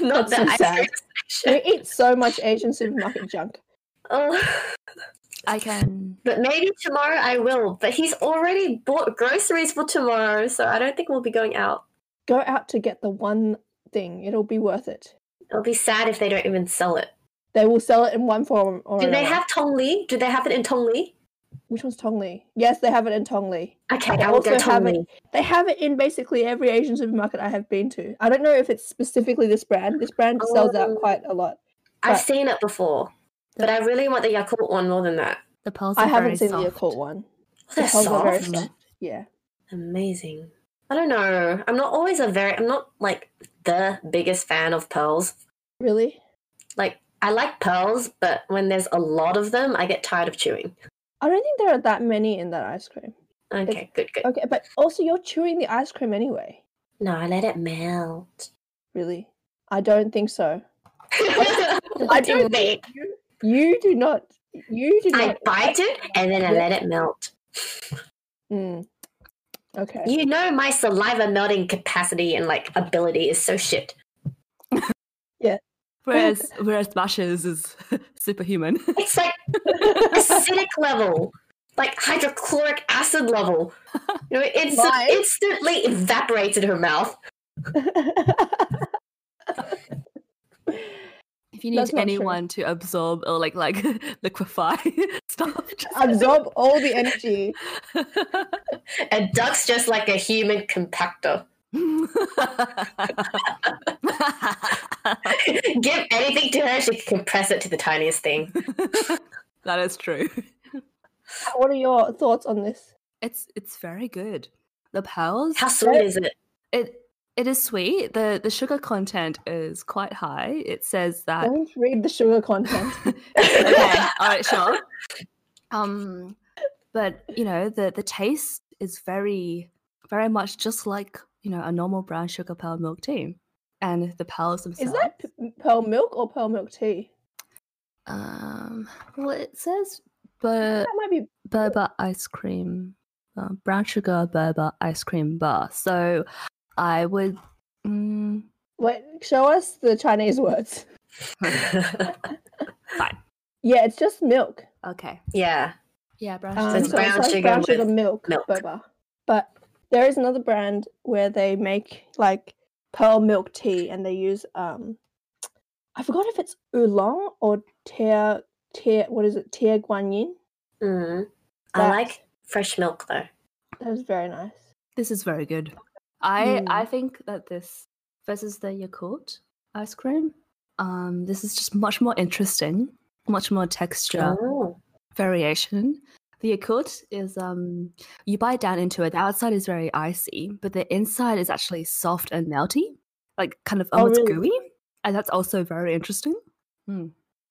[SPEAKER 2] Not
[SPEAKER 1] That's so
[SPEAKER 2] the ice
[SPEAKER 1] sad.
[SPEAKER 2] cream
[SPEAKER 1] We
[SPEAKER 2] section.
[SPEAKER 1] eat so much Asian supermarket junk.
[SPEAKER 2] Oh,
[SPEAKER 3] I can.
[SPEAKER 2] but maybe tomorrow I will. But he's already bought groceries for tomorrow, so I don't think we'll be going out.
[SPEAKER 1] Go out to get the one thing. It'll be worth it.
[SPEAKER 2] It'll be sad if they don't even sell it.
[SPEAKER 1] They will sell it in one form or
[SPEAKER 2] Do they
[SPEAKER 1] another.
[SPEAKER 2] have Tongli? Do they have it in Tongli?
[SPEAKER 1] Which one's Tongli? Yes, they have it in Tongli.
[SPEAKER 2] Okay,
[SPEAKER 1] They
[SPEAKER 2] I will go
[SPEAKER 1] also have it-
[SPEAKER 2] Tongli.
[SPEAKER 1] They have it in basically every Asian supermarket I have been to. I don't know if it's specifically this brand. This brand sells out
[SPEAKER 2] Oh.
[SPEAKER 1] quite a lot.
[SPEAKER 2] I've
[SPEAKER 1] but-
[SPEAKER 2] seen it before, but I really want the Yakult one more than that.
[SPEAKER 3] The pearls are
[SPEAKER 1] I haven't
[SPEAKER 3] very
[SPEAKER 1] seen the
[SPEAKER 3] soft.
[SPEAKER 1] Yakult one.
[SPEAKER 2] They're
[SPEAKER 1] pearls are very
[SPEAKER 2] soft.
[SPEAKER 1] soft. Yeah.
[SPEAKER 2] Amazing. I don't know. I'm not always a very. I'm not like the biggest fan of pearls.
[SPEAKER 1] Really?
[SPEAKER 2] Like I like pearls, but when there's a lot of them, I get tired of chewing.
[SPEAKER 1] I don't think there are that many in that ice cream.
[SPEAKER 2] Okay, good, good.
[SPEAKER 1] Okay, but also you're chewing the ice cream anyway.
[SPEAKER 2] No, I let it melt.
[SPEAKER 1] Really? I don't think so.
[SPEAKER 2] I do think
[SPEAKER 1] You do not. You do
[SPEAKER 2] I
[SPEAKER 1] not.
[SPEAKER 2] bite it and then I
[SPEAKER 1] Yeah.
[SPEAKER 2] let it melt.
[SPEAKER 1] Mm. Okay.
[SPEAKER 2] You know my saliva melting capacity and like ability is so shit.
[SPEAKER 3] Whereas, whereas Masha's is superhuman.
[SPEAKER 2] It's like acidic level, like hydrochloric acid level. You know, it instant-
[SPEAKER 1] Why?
[SPEAKER 2] instantly evaporates in her mouth.
[SPEAKER 3] If you need
[SPEAKER 1] That's not true.
[SPEAKER 3] anyone to absorb or like like liquefy stuff, just-
[SPEAKER 1] Absorb all the energy.
[SPEAKER 2] And ducks just like a human compactor.
[SPEAKER 3] that
[SPEAKER 2] Give anything to her, she can compress it to the tiniest thing.
[SPEAKER 3] is true.
[SPEAKER 1] What are your thoughts on this?
[SPEAKER 3] It's it's very good. The pearls
[SPEAKER 2] How sweet is it?
[SPEAKER 3] it it is sweet. The the sugar content is quite high. It says that
[SPEAKER 1] Don't read the sugar content.
[SPEAKER 3] okay, all right, sure. Um, but you know the the taste is very, very much just like you know a normal brown sugar pearl milk tea, and the pearls themselves.
[SPEAKER 1] Is that p- pearl milk or pearl milk tea?
[SPEAKER 3] um? Well, it says bur-
[SPEAKER 1] That might be.
[SPEAKER 3] boba ice cream, uh, brown sugar boba ice cream bar. So I would. Mm,
[SPEAKER 1] Wait, show us the Chinese words. Yeah, it's just milk.
[SPEAKER 3] okay.
[SPEAKER 2] yeah.
[SPEAKER 3] Yeah, brown
[SPEAKER 1] Um,
[SPEAKER 2] it's
[SPEAKER 1] so
[SPEAKER 3] sugar.
[SPEAKER 1] it's
[SPEAKER 2] brown
[SPEAKER 1] like
[SPEAKER 2] sugar
[SPEAKER 1] brown sugar
[SPEAKER 2] with
[SPEAKER 1] milk,
[SPEAKER 2] milk.
[SPEAKER 1] boba. But there is another brand where they make like pearl milk tea, and they use um, I forgot if it's oolong or tear tear. What is it? Tear guanyin.
[SPEAKER 2] Mm. I
[SPEAKER 1] That-
[SPEAKER 2] like fresh milk though.
[SPEAKER 1] That was very nice.
[SPEAKER 3] This is very good. I
[SPEAKER 1] Mm.
[SPEAKER 3] I think that this versus the Yakult ice cream, um, this is just much more interesting, much more texture
[SPEAKER 2] Oh.
[SPEAKER 3] variation. The Yakult is um, you bite down into it. The outside is very icy, but the inside is actually soft and melty, like kind of
[SPEAKER 1] Oh,
[SPEAKER 3] almost
[SPEAKER 1] really?
[SPEAKER 3] gooey, and that's also very interesting.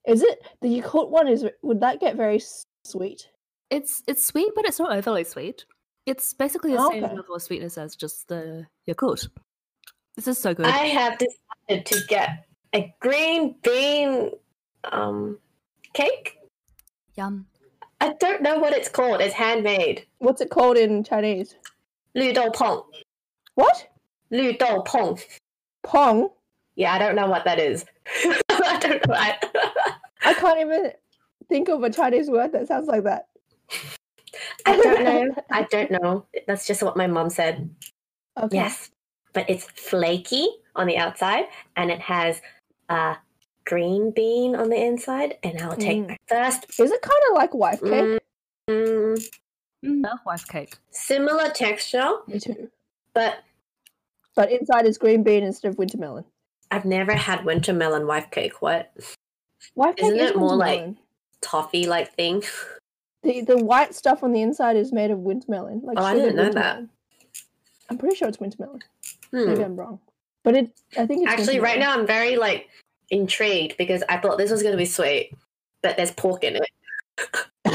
[SPEAKER 1] Is it the Yakult one? Is would that get very s- sweet?
[SPEAKER 3] It's it's sweet, but it's not overly sweet. It's basically the same
[SPEAKER 1] Okay.
[SPEAKER 3] level of sweetness as just the Yakult. This is so good.
[SPEAKER 2] I have decided to get a green bean um, cake.
[SPEAKER 3] Yum.
[SPEAKER 2] I don't know what it's called. It's handmade.
[SPEAKER 1] What's it called in Chinese?
[SPEAKER 2] Lu dou pong.
[SPEAKER 1] What?
[SPEAKER 2] Lu dou pong.
[SPEAKER 1] Pong.
[SPEAKER 2] Yeah, I don't know what that is. I don't know. I,
[SPEAKER 1] I can't even think of a Chinese word that sounds like that.
[SPEAKER 2] I don't know. I don't know. That's just what my mum said.
[SPEAKER 1] Okay.
[SPEAKER 2] Yes, but it's flaky on the outside and it has a green bean on the inside. And I'll take
[SPEAKER 1] Mm.
[SPEAKER 2] my first.
[SPEAKER 1] Is it kind of like wife cake?
[SPEAKER 2] Mm,
[SPEAKER 3] Mm, love wife cake.
[SPEAKER 2] similar texture,
[SPEAKER 1] Me too.
[SPEAKER 2] but
[SPEAKER 1] But inside is green bean instead of winter melon.
[SPEAKER 2] I've never had winter melon wife cake. What
[SPEAKER 1] Wife cake
[SPEAKER 2] Isn't
[SPEAKER 1] is
[SPEAKER 2] it more
[SPEAKER 1] winter
[SPEAKER 2] like-
[SPEAKER 1] melon.
[SPEAKER 2] toffee like thing?
[SPEAKER 1] the the white stuff on the inside is made of winter melon. Like
[SPEAKER 2] Oh, I
[SPEAKER 1] sugared
[SPEAKER 2] didn't know
[SPEAKER 1] winter
[SPEAKER 2] that.
[SPEAKER 1] melon. I'm pretty sure it's winter melon.
[SPEAKER 2] Hmm.
[SPEAKER 1] Maybe I'm wrong, but it I think it's
[SPEAKER 2] Actually,
[SPEAKER 1] winter
[SPEAKER 2] right
[SPEAKER 1] melon.
[SPEAKER 2] now I'm very like intrigued because I thought this was going to be sweet, but there's pork in it.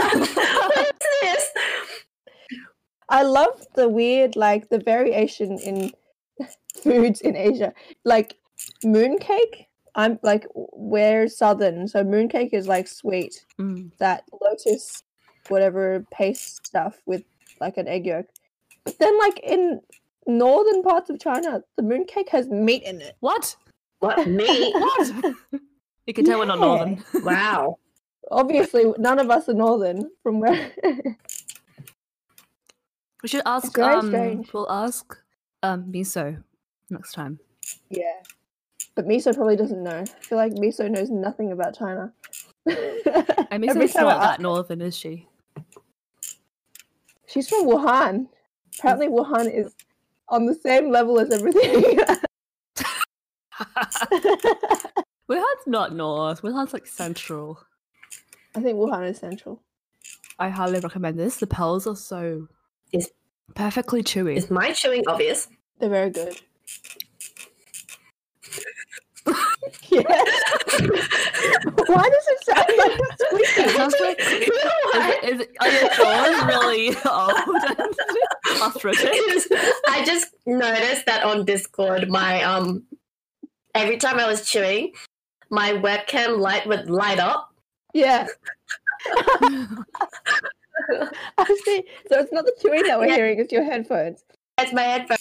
[SPEAKER 2] What's this?
[SPEAKER 1] I love the weird like the variation in foods in Asia. Like mooncake, I'm like we're southern, so mooncake is like sweet.
[SPEAKER 3] Mm.
[SPEAKER 1] That lotus whatever paste stuff with like an egg yolk. But then like in northern parts of China, the mooncake has meat in it.
[SPEAKER 3] What?
[SPEAKER 2] What meat?
[SPEAKER 3] What? you can tell we're not northern.
[SPEAKER 2] Wow.
[SPEAKER 1] Obviously none of us are northern from where
[SPEAKER 3] We should ask.
[SPEAKER 1] very
[SPEAKER 3] um,
[SPEAKER 1] strange.
[SPEAKER 3] We'll ask um, miso next time.
[SPEAKER 1] Yeah. But Miso probably doesn't know. I feel like Miso knows nothing about China.
[SPEAKER 3] And
[SPEAKER 1] Every
[SPEAKER 3] miso's
[SPEAKER 1] time I
[SPEAKER 3] not
[SPEAKER 1] ask-
[SPEAKER 3] that northern, is she?
[SPEAKER 1] She's from Wuhan. Apparently, Wuhan is on the same level as everything. I
[SPEAKER 3] Wuhan's not north. Wuhan's like central.
[SPEAKER 1] think Wuhan is central.
[SPEAKER 3] I highly recommend this. The pearls are so
[SPEAKER 2] Is-
[SPEAKER 3] perfectly chewy.
[SPEAKER 2] Is my chewing obvious?
[SPEAKER 1] They're very good. yeah. Why does it sound like it's
[SPEAKER 3] It
[SPEAKER 1] squeaky?
[SPEAKER 3] sounds like-
[SPEAKER 2] I,
[SPEAKER 3] is, it- are your jaws really old and ostrich?
[SPEAKER 2] I just noticed that on Discord, my um, every time I was chewing, my webcam light would light up.
[SPEAKER 1] Yeah. I see. So it's not the chewing that we're
[SPEAKER 2] Yeah.
[SPEAKER 1] hearing, it's your headphones.
[SPEAKER 2] That's my headphone.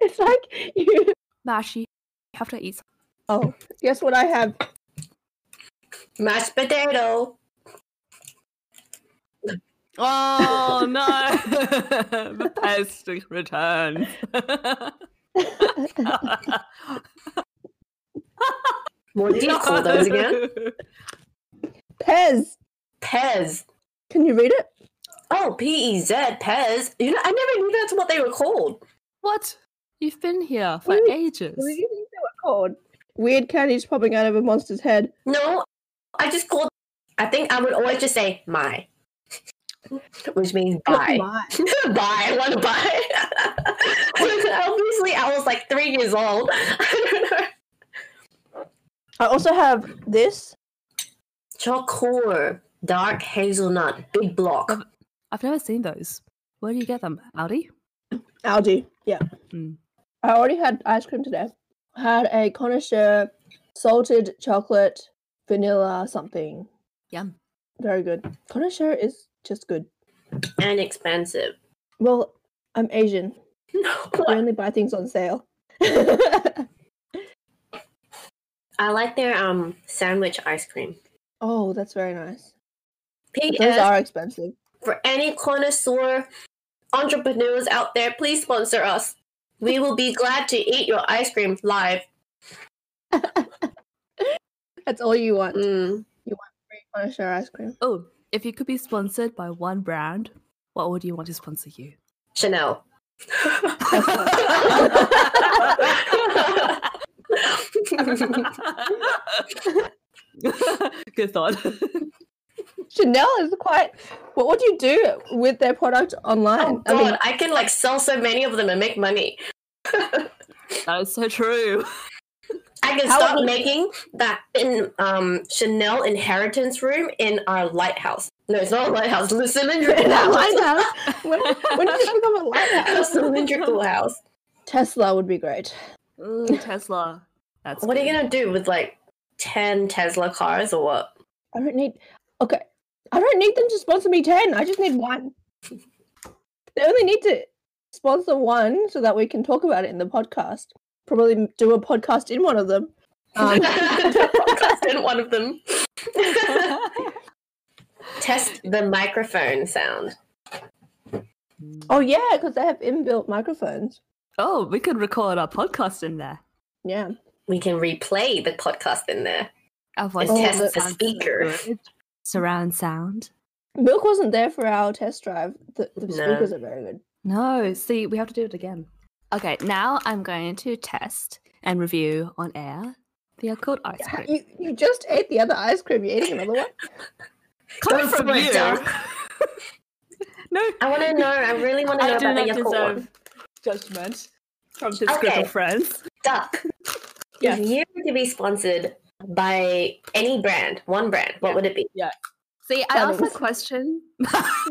[SPEAKER 1] It's like you.
[SPEAKER 3] Mashi, you have to eat. some-
[SPEAKER 1] Oh, guess what I have?
[SPEAKER 2] Mashed potato.
[SPEAKER 3] Oh no! the pest returns.
[SPEAKER 2] What do you call those again?
[SPEAKER 1] Pez.
[SPEAKER 2] Pez.
[SPEAKER 1] Can you read it?
[SPEAKER 2] Oh, P E Z. Pez. You know, I never knew that's what they were called.
[SPEAKER 3] What? You've been here for
[SPEAKER 1] Really?
[SPEAKER 3] ages.
[SPEAKER 1] What do you think they were called? Weird candies popping out of a monster's head.
[SPEAKER 2] No, I just called. I think I would always just say my, which means buy. buy. I want to buy. Obviously, I was like three years old. I don't know.
[SPEAKER 1] I also have this.
[SPEAKER 2] Chocolate, dark hazelnut, big block.
[SPEAKER 3] I've never seen those. Where do you get them? Aldi?
[SPEAKER 1] Algae. Yeah.
[SPEAKER 3] Mm.
[SPEAKER 1] I already had ice cream today. I had a connoisseur, salted chocolate, vanilla, something.
[SPEAKER 3] Yum.
[SPEAKER 1] Very good. Connoisseur is just good.
[SPEAKER 2] and expensive.
[SPEAKER 1] Well, I'm Asian. I only buy things on sale.
[SPEAKER 2] I like their um sandwich ice cream.
[SPEAKER 1] oh, that's very nice. But those
[SPEAKER 2] P.S.
[SPEAKER 1] are expensive.
[SPEAKER 2] for any connoisseur entrepreneurs out there, please sponsor us. We will be glad to eat your ice cream live.
[SPEAKER 1] That's all you want.
[SPEAKER 2] Mm.
[SPEAKER 1] Connoisseur ice cream.
[SPEAKER 3] Oh, if you could be sponsored by one brand, what would you want to sponsor you?
[SPEAKER 2] Chanel.
[SPEAKER 3] Good thought.
[SPEAKER 1] Chanel is quite. What would you do with their product online?
[SPEAKER 2] Oh god, I, can like sell so many of them and make money.
[SPEAKER 3] that is so true.
[SPEAKER 2] I can
[SPEAKER 1] How
[SPEAKER 2] start
[SPEAKER 1] would-
[SPEAKER 2] making that in um Chanel inheritance room in our lighthouse. No, it's not a lighthouse, the
[SPEAKER 1] In
[SPEAKER 2] cylindrical
[SPEAKER 1] that
[SPEAKER 2] house.
[SPEAKER 1] lighthouse. When, when did it become a lighthouse?
[SPEAKER 2] cylindrical house.
[SPEAKER 1] Tesla would be great.
[SPEAKER 3] Mm, Tesla. That's
[SPEAKER 2] What are you
[SPEAKER 3] good.
[SPEAKER 2] gonna do with like ten Tesla cars or what?
[SPEAKER 1] I don't need. Okay, I don't need them to sponsor me ten. I just need one. they only need to sponsor one so that we can talk about it in the podcast. Probably m- do a podcast in one of them. Um,
[SPEAKER 2] Podcast in one of them. Test the microphone sound.
[SPEAKER 1] oh yeah, because they have inbuilt microphones.
[SPEAKER 3] Oh, we could record our podcast in there.
[SPEAKER 1] Yeah,
[SPEAKER 2] We can replay the podcast in there.
[SPEAKER 3] Our voice
[SPEAKER 1] Oh,
[SPEAKER 3] test
[SPEAKER 1] that's-
[SPEAKER 2] the
[SPEAKER 3] sounds so
[SPEAKER 2] speaker.
[SPEAKER 3] good. Surround sound.
[SPEAKER 1] Milk wasn't there for our test drive. The, the
[SPEAKER 2] No.
[SPEAKER 1] speakers are very good.
[SPEAKER 3] No, see, we have to do it again. Okay, now I'm going to test and review on air the occult ice
[SPEAKER 1] Ha-
[SPEAKER 3] cream.
[SPEAKER 1] You, you just ate the other ice cream. You're eating another one.
[SPEAKER 3] Coming
[SPEAKER 2] Don't
[SPEAKER 3] from
[SPEAKER 2] throw it
[SPEAKER 3] you.
[SPEAKER 2] down.
[SPEAKER 3] no,
[SPEAKER 2] I want to know. I really want to know
[SPEAKER 3] I do
[SPEAKER 2] about the
[SPEAKER 3] not
[SPEAKER 2] Yakult one.
[SPEAKER 3] deserve judgment from this group
[SPEAKER 2] Okay.
[SPEAKER 3] of friends.
[SPEAKER 2] Duck.
[SPEAKER 1] Oh, Yeah.
[SPEAKER 2] If you were to be sponsored by any brand, one brand, what
[SPEAKER 3] Yeah.
[SPEAKER 2] would it be?
[SPEAKER 3] See, I asked that
[SPEAKER 1] Bunnings.
[SPEAKER 3] question.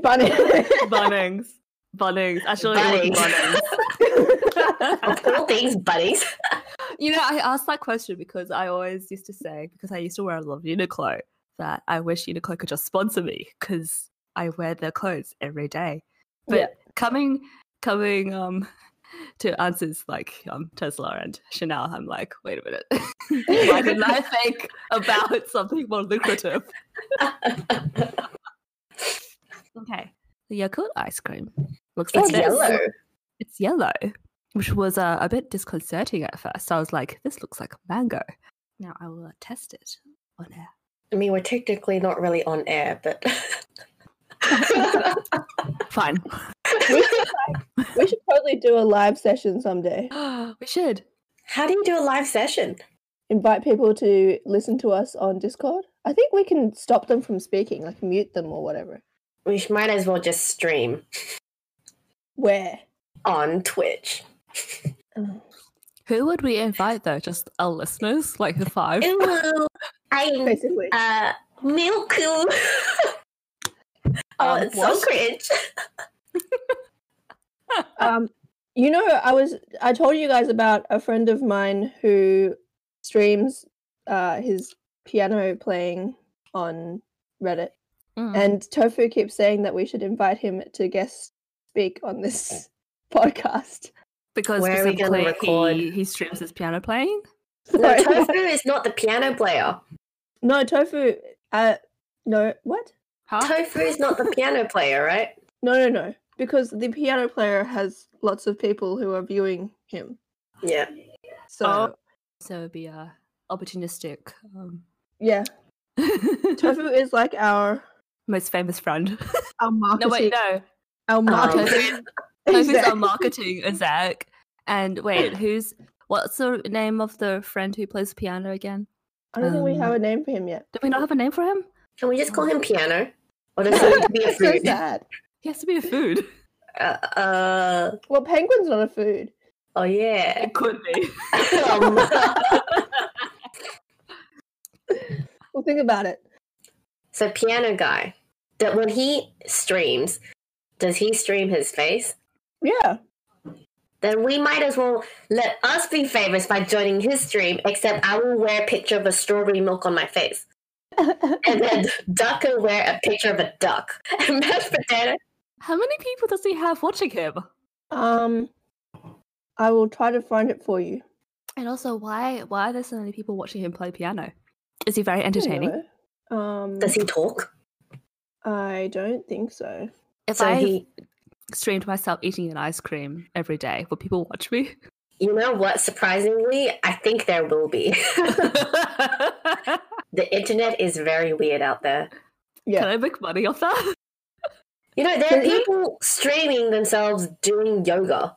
[SPEAKER 1] Bunny.
[SPEAKER 3] Bunnings. Bunnings. Actually, it was
[SPEAKER 2] Bunnings.
[SPEAKER 3] Bunnings.
[SPEAKER 2] Of all things, buddies.
[SPEAKER 3] You know, I asked that question because I always used to say, because I used to wear a lot of Uniqlo, that I wish Uniqlo could just sponsor me because I wear their clothes every day. But
[SPEAKER 1] Yeah.
[SPEAKER 3] coming, coming um, to answers like um, Tesla and Chanel, I'm like, wait a minute, why didn't I think about something more lucrative? okay, the Yakult ice cream looks like
[SPEAKER 2] It's
[SPEAKER 3] this
[SPEAKER 2] yellow.
[SPEAKER 3] it's yellow, which was uh, a bit disconcerting at first. I was like, this looks like mango. Now I will test it on air.
[SPEAKER 2] I mean, we're technically not really on air, but
[SPEAKER 3] Fine.
[SPEAKER 1] we should probably do a live session someday.
[SPEAKER 3] we should.
[SPEAKER 2] how do you do a live session?
[SPEAKER 1] invite people to listen to us on Discord. I think we can stop them from speaking, like mute them or whatever.
[SPEAKER 2] We sh- might as well just stream
[SPEAKER 1] Where?
[SPEAKER 2] on Twitch. Mm.
[SPEAKER 3] Who would we invite though? Just our listeners, like the five.
[SPEAKER 2] Ooh, I'm
[SPEAKER 1] Basically.
[SPEAKER 2] uh, Milku. oh,
[SPEAKER 3] Um,
[SPEAKER 2] it's
[SPEAKER 3] what?
[SPEAKER 2] so cringe. uh,
[SPEAKER 1] Um, you know, I was I told you guys about a friend of mine who streams uh, his piano playing on Reddit,
[SPEAKER 3] Mm.
[SPEAKER 1] and Tofu keeps saying that we should invite him to guest speak on this podcast.
[SPEAKER 3] because
[SPEAKER 2] Where are we gonna
[SPEAKER 3] specifically
[SPEAKER 2] record?
[SPEAKER 3] He, he streams his piano playing.
[SPEAKER 2] No,
[SPEAKER 1] Sorry.
[SPEAKER 2] Tofu is not the piano player.
[SPEAKER 1] no, Tofu. Uh, no, what?
[SPEAKER 3] Huh?
[SPEAKER 2] Tofu is not the piano player, right?
[SPEAKER 1] No, no, no. Because the piano player has lots of people who are viewing him.
[SPEAKER 2] Yeah.
[SPEAKER 1] So
[SPEAKER 3] Oh. so it'd be uh, opportunistic. Um,
[SPEAKER 1] yeah, Tofu is like our
[SPEAKER 3] most famous friend.
[SPEAKER 1] our marketing.
[SPEAKER 3] no, wait, no. Oh,
[SPEAKER 1] Our marketing.
[SPEAKER 3] Tofu Tofu's
[SPEAKER 1] exec.
[SPEAKER 3] our marketing exec. And wait, who's what's the name of the friend who plays piano again?
[SPEAKER 1] I don't think we have
[SPEAKER 3] um,
[SPEAKER 1] a name for him yet.
[SPEAKER 3] Did we not have a name for him?
[SPEAKER 2] Can we just call
[SPEAKER 3] Oh.
[SPEAKER 2] him piano? Or does it need to be a
[SPEAKER 1] That's so
[SPEAKER 2] food?
[SPEAKER 1] sad.
[SPEAKER 3] He has to be a food.
[SPEAKER 2] Uh, uh,
[SPEAKER 1] Well, penguin's not a food.
[SPEAKER 2] oh, yeah.
[SPEAKER 3] could be.
[SPEAKER 2] Um,
[SPEAKER 1] Well, think about it.
[SPEAKER 2] so, piano guy, that when he streams, does he stream his face?
[SPEAKER 1] Yeah.
[SPEAKER 2] then we might as well let us be famous by joining his stream, except I will wear a picture of a strawberry milk on my face. And then Duck will wear a picture of a duck. And mashed potato.
[SPEAKER 3] How many people does he have watching him?
[SPEAKER 1] um, I will try to find it for you.
[SPEAKER 3] And also, why why are there so many people watching him play piano? Is he very
[SPEAKER 1] I don't
[SPEAKER 3] entertaining?
[SPEAKER 1] know. Um,
[SPEAKER 2] Does he talk?
[SPEAKER 1] I don't think so.
[SPEAKER 3] If
[SPEAKER 2] So
[SPEAKER 3] I
[SPEAKER 2] he
[SPEAKER 3] streamed myself eating an ice cream every day, will people watch me?
[SPEAKER 2] you know what, surprisingly, I think there will be. the internet is very weird out there.
[SPEAKER 3] Can
[SPEAKER 1] Yeah.
[SPEAKER 3] I make money off that?
[SPEAKER 2] You know, there are
[SPEAKER 1] Mhm.
[SPEAKER 2] people streaming themselves doing yoga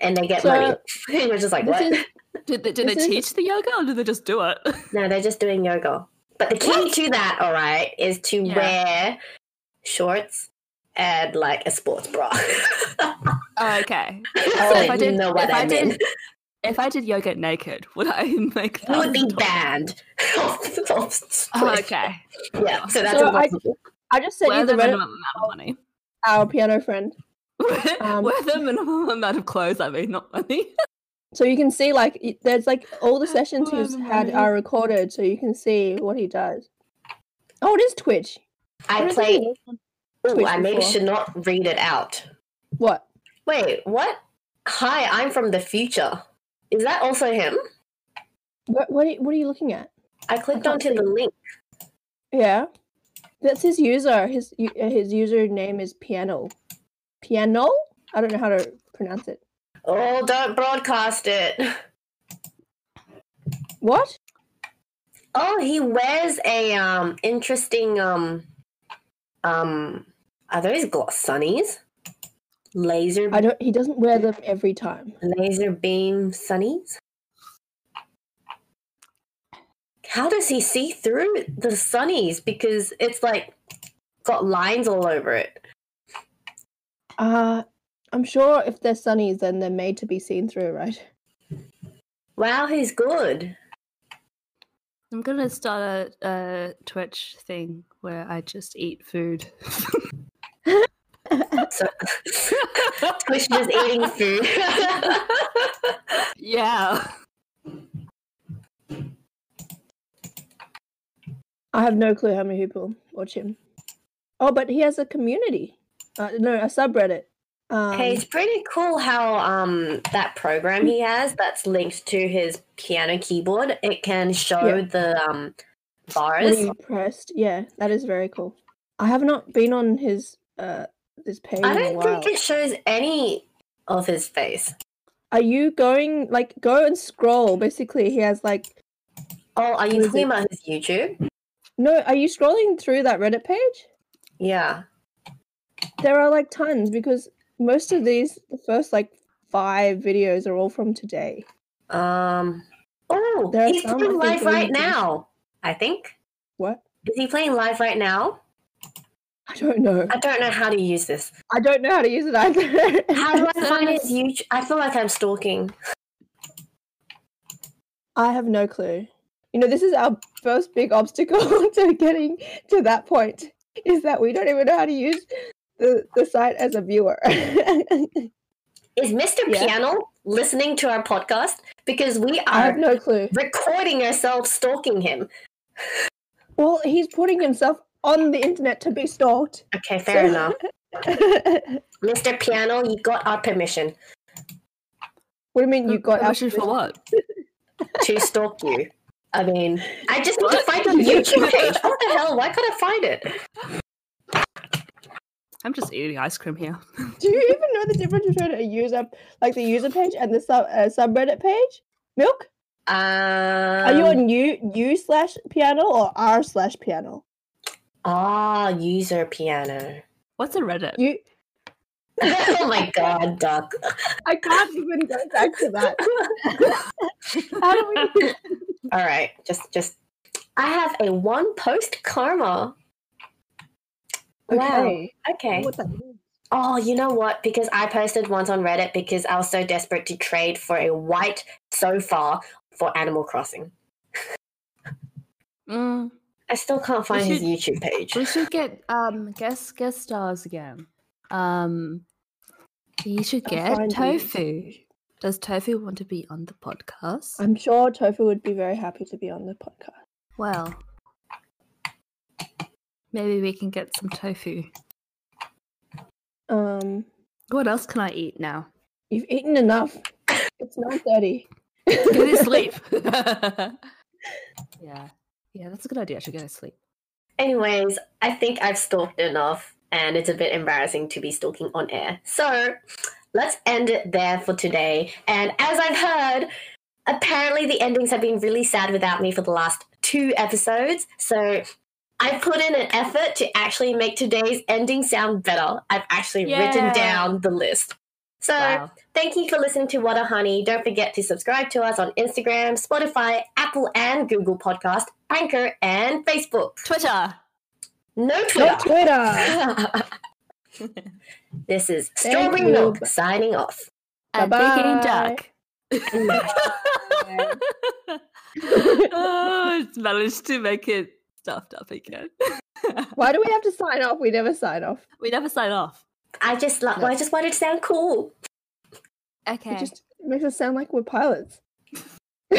[SPEAKER 2] and they get
[SPEAKER 1] So,
[SPEAKER 2] money. You're just like,
[SPEAKER 1] This
[SPEAKER 2] what?
[SPEAKER 1] is
[SPEAKER 3] Did they, did they
[SPEAKER 1] This is-
[SPEAKER 3] teach the yoga or did they just do it?
[SPEAKER 2] No, they're just doing yoga. But the key to that, all right, is to
[SPEAKER 3] Yeah.
[SPEAKER 2] wear shorts and like a sports bra. so
[SPEAKER 3] Oh, okay.
[SPEAKER 1] if
[SPEAKER 2] you
[SPEAKER 1] I
[SPEAKER 3] did-
[SPEAKER 2] know what
[SPEAKER 3] if
[SPEAKER 2] Oh, I,
[SPEAKER 3] I
[SPEAKER 2] mean.
[SPEAKER 3] didn't- If I did yoga naked, would I make
[SPEAKER 2] You
[SPEAKER 3] that?
[SPEAKER 2] would be banned.
[SPEAKER 3] Oh, okay.
[SPEAKER 2] Yeah, so that's
[SPEAKER 1] So I-
[SPEAKER 2] impossible.
[SPEAKER 1] I just sent
[SPEAKER 3] Where
[SPEAKER 1] you
[SPEAKER 3] the
[SPEAKER 1] the Reddit,
[SPEAKER 3] minimum amount of money?
[SPEAKER 1] our piano friend. Um,
[SPEAKER 3] Where the minimum amount of clothes? I mean, not money.
[SPEAKER 1] So you can see, like, y- there's like all the sessions
[SPEAKER 3] Oh,
[SPEAKER 1] he's
[SPEAKER 3] I'm
[SPEAKER 1] had
[SPEAKER 3] amazed.
[SPEAKER 1] are recorded, so you can see what he does. Oh, it is Twitch.
[SPEAKER 2] I
[SPEAKER 1] What is
[SPEAKER 2] played.
[SPEAKER 1] it?
[SPEAKER 2] Ooh, I maybe
[SPEAKER 1] before.
[SPEAKER 2] should not read it out.
[SPEAKER 1] What?
[SPEAKER 2] Wait, what? Hi, I'm from the future. Is that also him?
[SPEAKER 1] What? What are, you, what are you looking at?
[SPEAKER 2] I clicked
[SPEAKER 1] I can't
[SPEAKER 2] onto the link.
[SPEAKER 1] Yeah, that's his user. His u- uh, his username is piano. Piano? I don't know how to pronounce it.
[SPEAKER 2] Oh, don't broadcast it.
[SPEAKER 1] What?
[SPEAKER 2] Oh, he wears a um interesting um um are those gl- sunnies? Laser
[SPEAKER 1] I don't. He doesn't wear them every time.
[SPEAKER 2] laser beam sunnies? How does he see through the sunnies? Because it's like got lines all over it.
[SPEAKER 1] Uh, I'm sure if they're sunnies, then they're made to be seen through, right?
[SPEAKER 2] Wow, he's good.
[SPEAKER 3] I'm gonna start a, a Twitch thing where I just eat food.
[SPEAKER 2] So Squish is eating food.
[SPEAKER 3] yeah.
[SPEAKER 1] I have no clue how many people watch him. Oh, but he has a community. Uh, no, a subreddit. Um,
[SPEAKER 2] hey, it's pretty cool how um that program he has that's linked to his piano keyboard. It can show
[SPEAKER 1] Yeah.
[SPEAKER 2] the um
[SPEAKER 1] when
[SPEAKER 2] bars.
[SPEAKER 1] he pressed. Yeah, that is very cool. I have not been on his uh this page
[SPEAKER 2] I
[SPEAKER 1] in a
[SPEAKER 2] don't
[SPEAKER 1] while.
[SPEAKER 2] think it shows any of his face.
[SPEAKER 1] Are you going like go and scroll? Basically, he has like
[SPEAKER 2] Oh, are you
[SPEAKER 1] Who is
[SPEAKER 2] talking
[SPEAKER 1] it?
[SPEAKER 2] about his YouTube?
[SPEAKER 1] no. Are you scrolling through that Reddit page?
[SPEAKER 2] Yeah.
[SPEAKER 1] There are like tons because most of these, the first like five videos are all from today.
[SPEAKER 2] Um. Oh,
[SPEAKER 1] There are
[SPEAKER 2] he's
[SPEAKER 1] some, I
[SPEAKER 2] playing
[SPEAKER 1] think,
[SPEAKER 2] live
[SPEAKER 1] where you
[SPEAKER 2] right
[SPEAKER 1] can-
[SPEAKER 2] now. I think
[SPEAKER 1] What?
[SPEAKER 2] is he playing live right now?
[SPEAKER 1] I don't know.
[SPEAKER 2] I don't know how to use this.
[SPEAKER 1] I don't know how to use it either.
[SPEAKER 2] How do I
[SPEAKER 3] So
[SPEAKER 2] find
[SPEAKER 3] does-
[SPEAKER 2] his YouTube? I feel like I'm stalking.
[SPEAKER 1] I have no clue. You know, this is our first big obstacle to getting to that point is that we don't even know how to use the, the site as a viewer.
[SPEAKER 2] Is Mr.
[SPEAKER 1] Yeah.
[SPEAKER 2] Piano listening to our podcast? Because we
[SPEAKER 1] I
[SPEAKER 2] are
[SPEAKER 1] have no clue.
[SPEAKER 2] recording ourselves stalking him.
[SPEAKER 1] Well, he's putting himself on the internet to be stalked.
[SPEAKER 2] Okay, fair
[SPEAKER 1] So-
[SPEAKER 2] enough.
[SPEAKER 1] what
[SPEAKER 2] Mr. Piano, you got our permission
[SPEAKER 1] do you mean you got our
[SPEAKER 3] permission for what?
[SPEAKER 2] to stalk you. I mean, I just need to
[SPEAKER 3] What?
[SPEAKER 2] find your YouTube page. What the hell? Why can't I find it?
[SPEAKER 3] I'm just eating ice cream here.
[SPEAKER 1] Do you even know the difference between a user, like the user page, and the sub uh, subreddit page? Milk,
[SPEAKER 2] Um,
[SPEAKER 1] are you on u u slash piano or r slash piano?
[SPEAKER 2] Ah, user piano.
[SPEAKER 3] What's a Reddit?
[SPEAKER 1] You,
[SPEAKER 2] oh my god, Doc.
[SPEAKER 1] I can't even go back to that. How do we?
[SPEAKER 2] All right, just just. I have a one post karma. Wow.
[SPEAKER 1] Okay.
[SPEAKER 2] Okay.
[SPEAKER 1] What that means.
[SPEAKER 2] Oh, you know what? Because I posted once on Reddit because I was so desperate to trade for a white sofa for Animal Crossing.
[SPEAKER 3] Mm,
[SPEAKER 2] I still can't find his
[SPEAKER 3] should-
[SPEAKER 2] YouTube page.
[SPEAKER 3] we should get um guest guest stars again. Um, you should
[SPEAKER 1] I'll
[SPEAKER 3] get
[SPEAKER 1] find you.
[SPEAKER 3] tofu. Does tofu want to be on the podcast?
[SPEAKER 1] I'm sure Tofu would be very happy to be on the podcast.
[SPEAKER 3] Well, maybe we can get some tofu.
[SPEAKER 1] Um,
[SPEAKER 3] What else can I eat now?
[SPEAKER 1] you've eaten enough. It's nine thirty.
[SPEAKER 3] Go to sleep. yeah, yeah, that's a good idea. I should go to sleep.
[SPEAKER 2] Anyways, I think I've stalked enough and it's a bit embarrassing to be stalking on air. So let's end it there for today. And as I've heard, apparently the endings have been really sad without me for the last two episodes. So I've put in an effort to actually make today's ending sound better. I've actually written
[SPEAKER 3] Yeah.
[SPEAKER 2] down the list. So
[SPEAKER 3] Wow.
[SPEAKER 2] thank you for listening to What a Honey. Don't forget to subscribe to us on Instagram, Spotify, Apple and Google Podcast, Anchor and Facebook.
[SPEAKER 3] Twitter.
[SPEAKER 2] No
[SPEAKER 4] No
[SPEAKER 2] Twitter.
[SPEAKER 4] Twitter.
[SPEAKER 2] this is
[SPEAKER 4] Thank
[SPEAKER 2] Strawberry
[SPEAKER 4] you.
[SPEAKER 2] Milk signing off. Um,
[SPEAKER 3] And
[SPEAKER 4] Bye-bye.
[SPEAKER 3] Peking Duck. oh, it's managed to make it stuffed up again.
[SPEAKER 4] Why do we have to sign off? We never sign off.
[SPEAKER 3] we never sign off.
[SPEAKER 2] I just like
[SPEAKER 4] No.
[SPEAKER 2] I just wanted to sound cool.
[SPEAKER 3] Okay.
[SPEAKER 4] It just makes us sound like we're pilots.
[SPEAKER 2] no,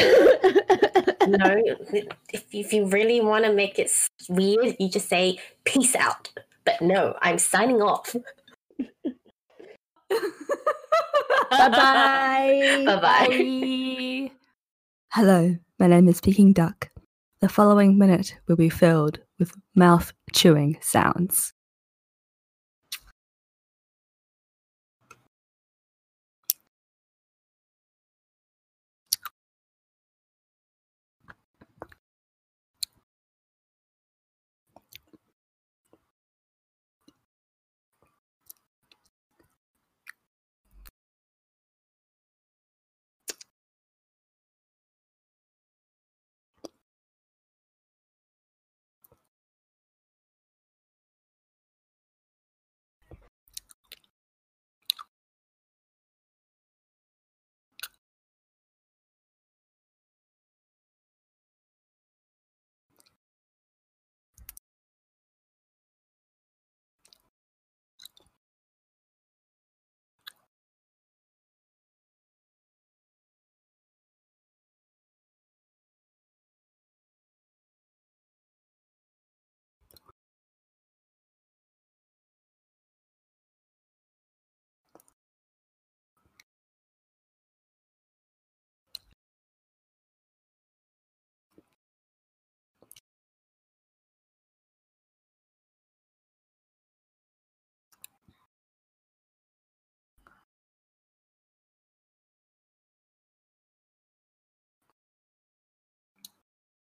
[SPEAKER 2] if if you really want to make it s- weird, you just say peace out. But no, I'm signing off.
[SPEAKER 3] Bye-bye.
[SPEAKER 4] Bye-bye.
[SPEAKER 2] Bye-bye.
[SPEAKER 3] Hello, my name is Peking Duck. The following minute will be filled with mouth chewing sounds.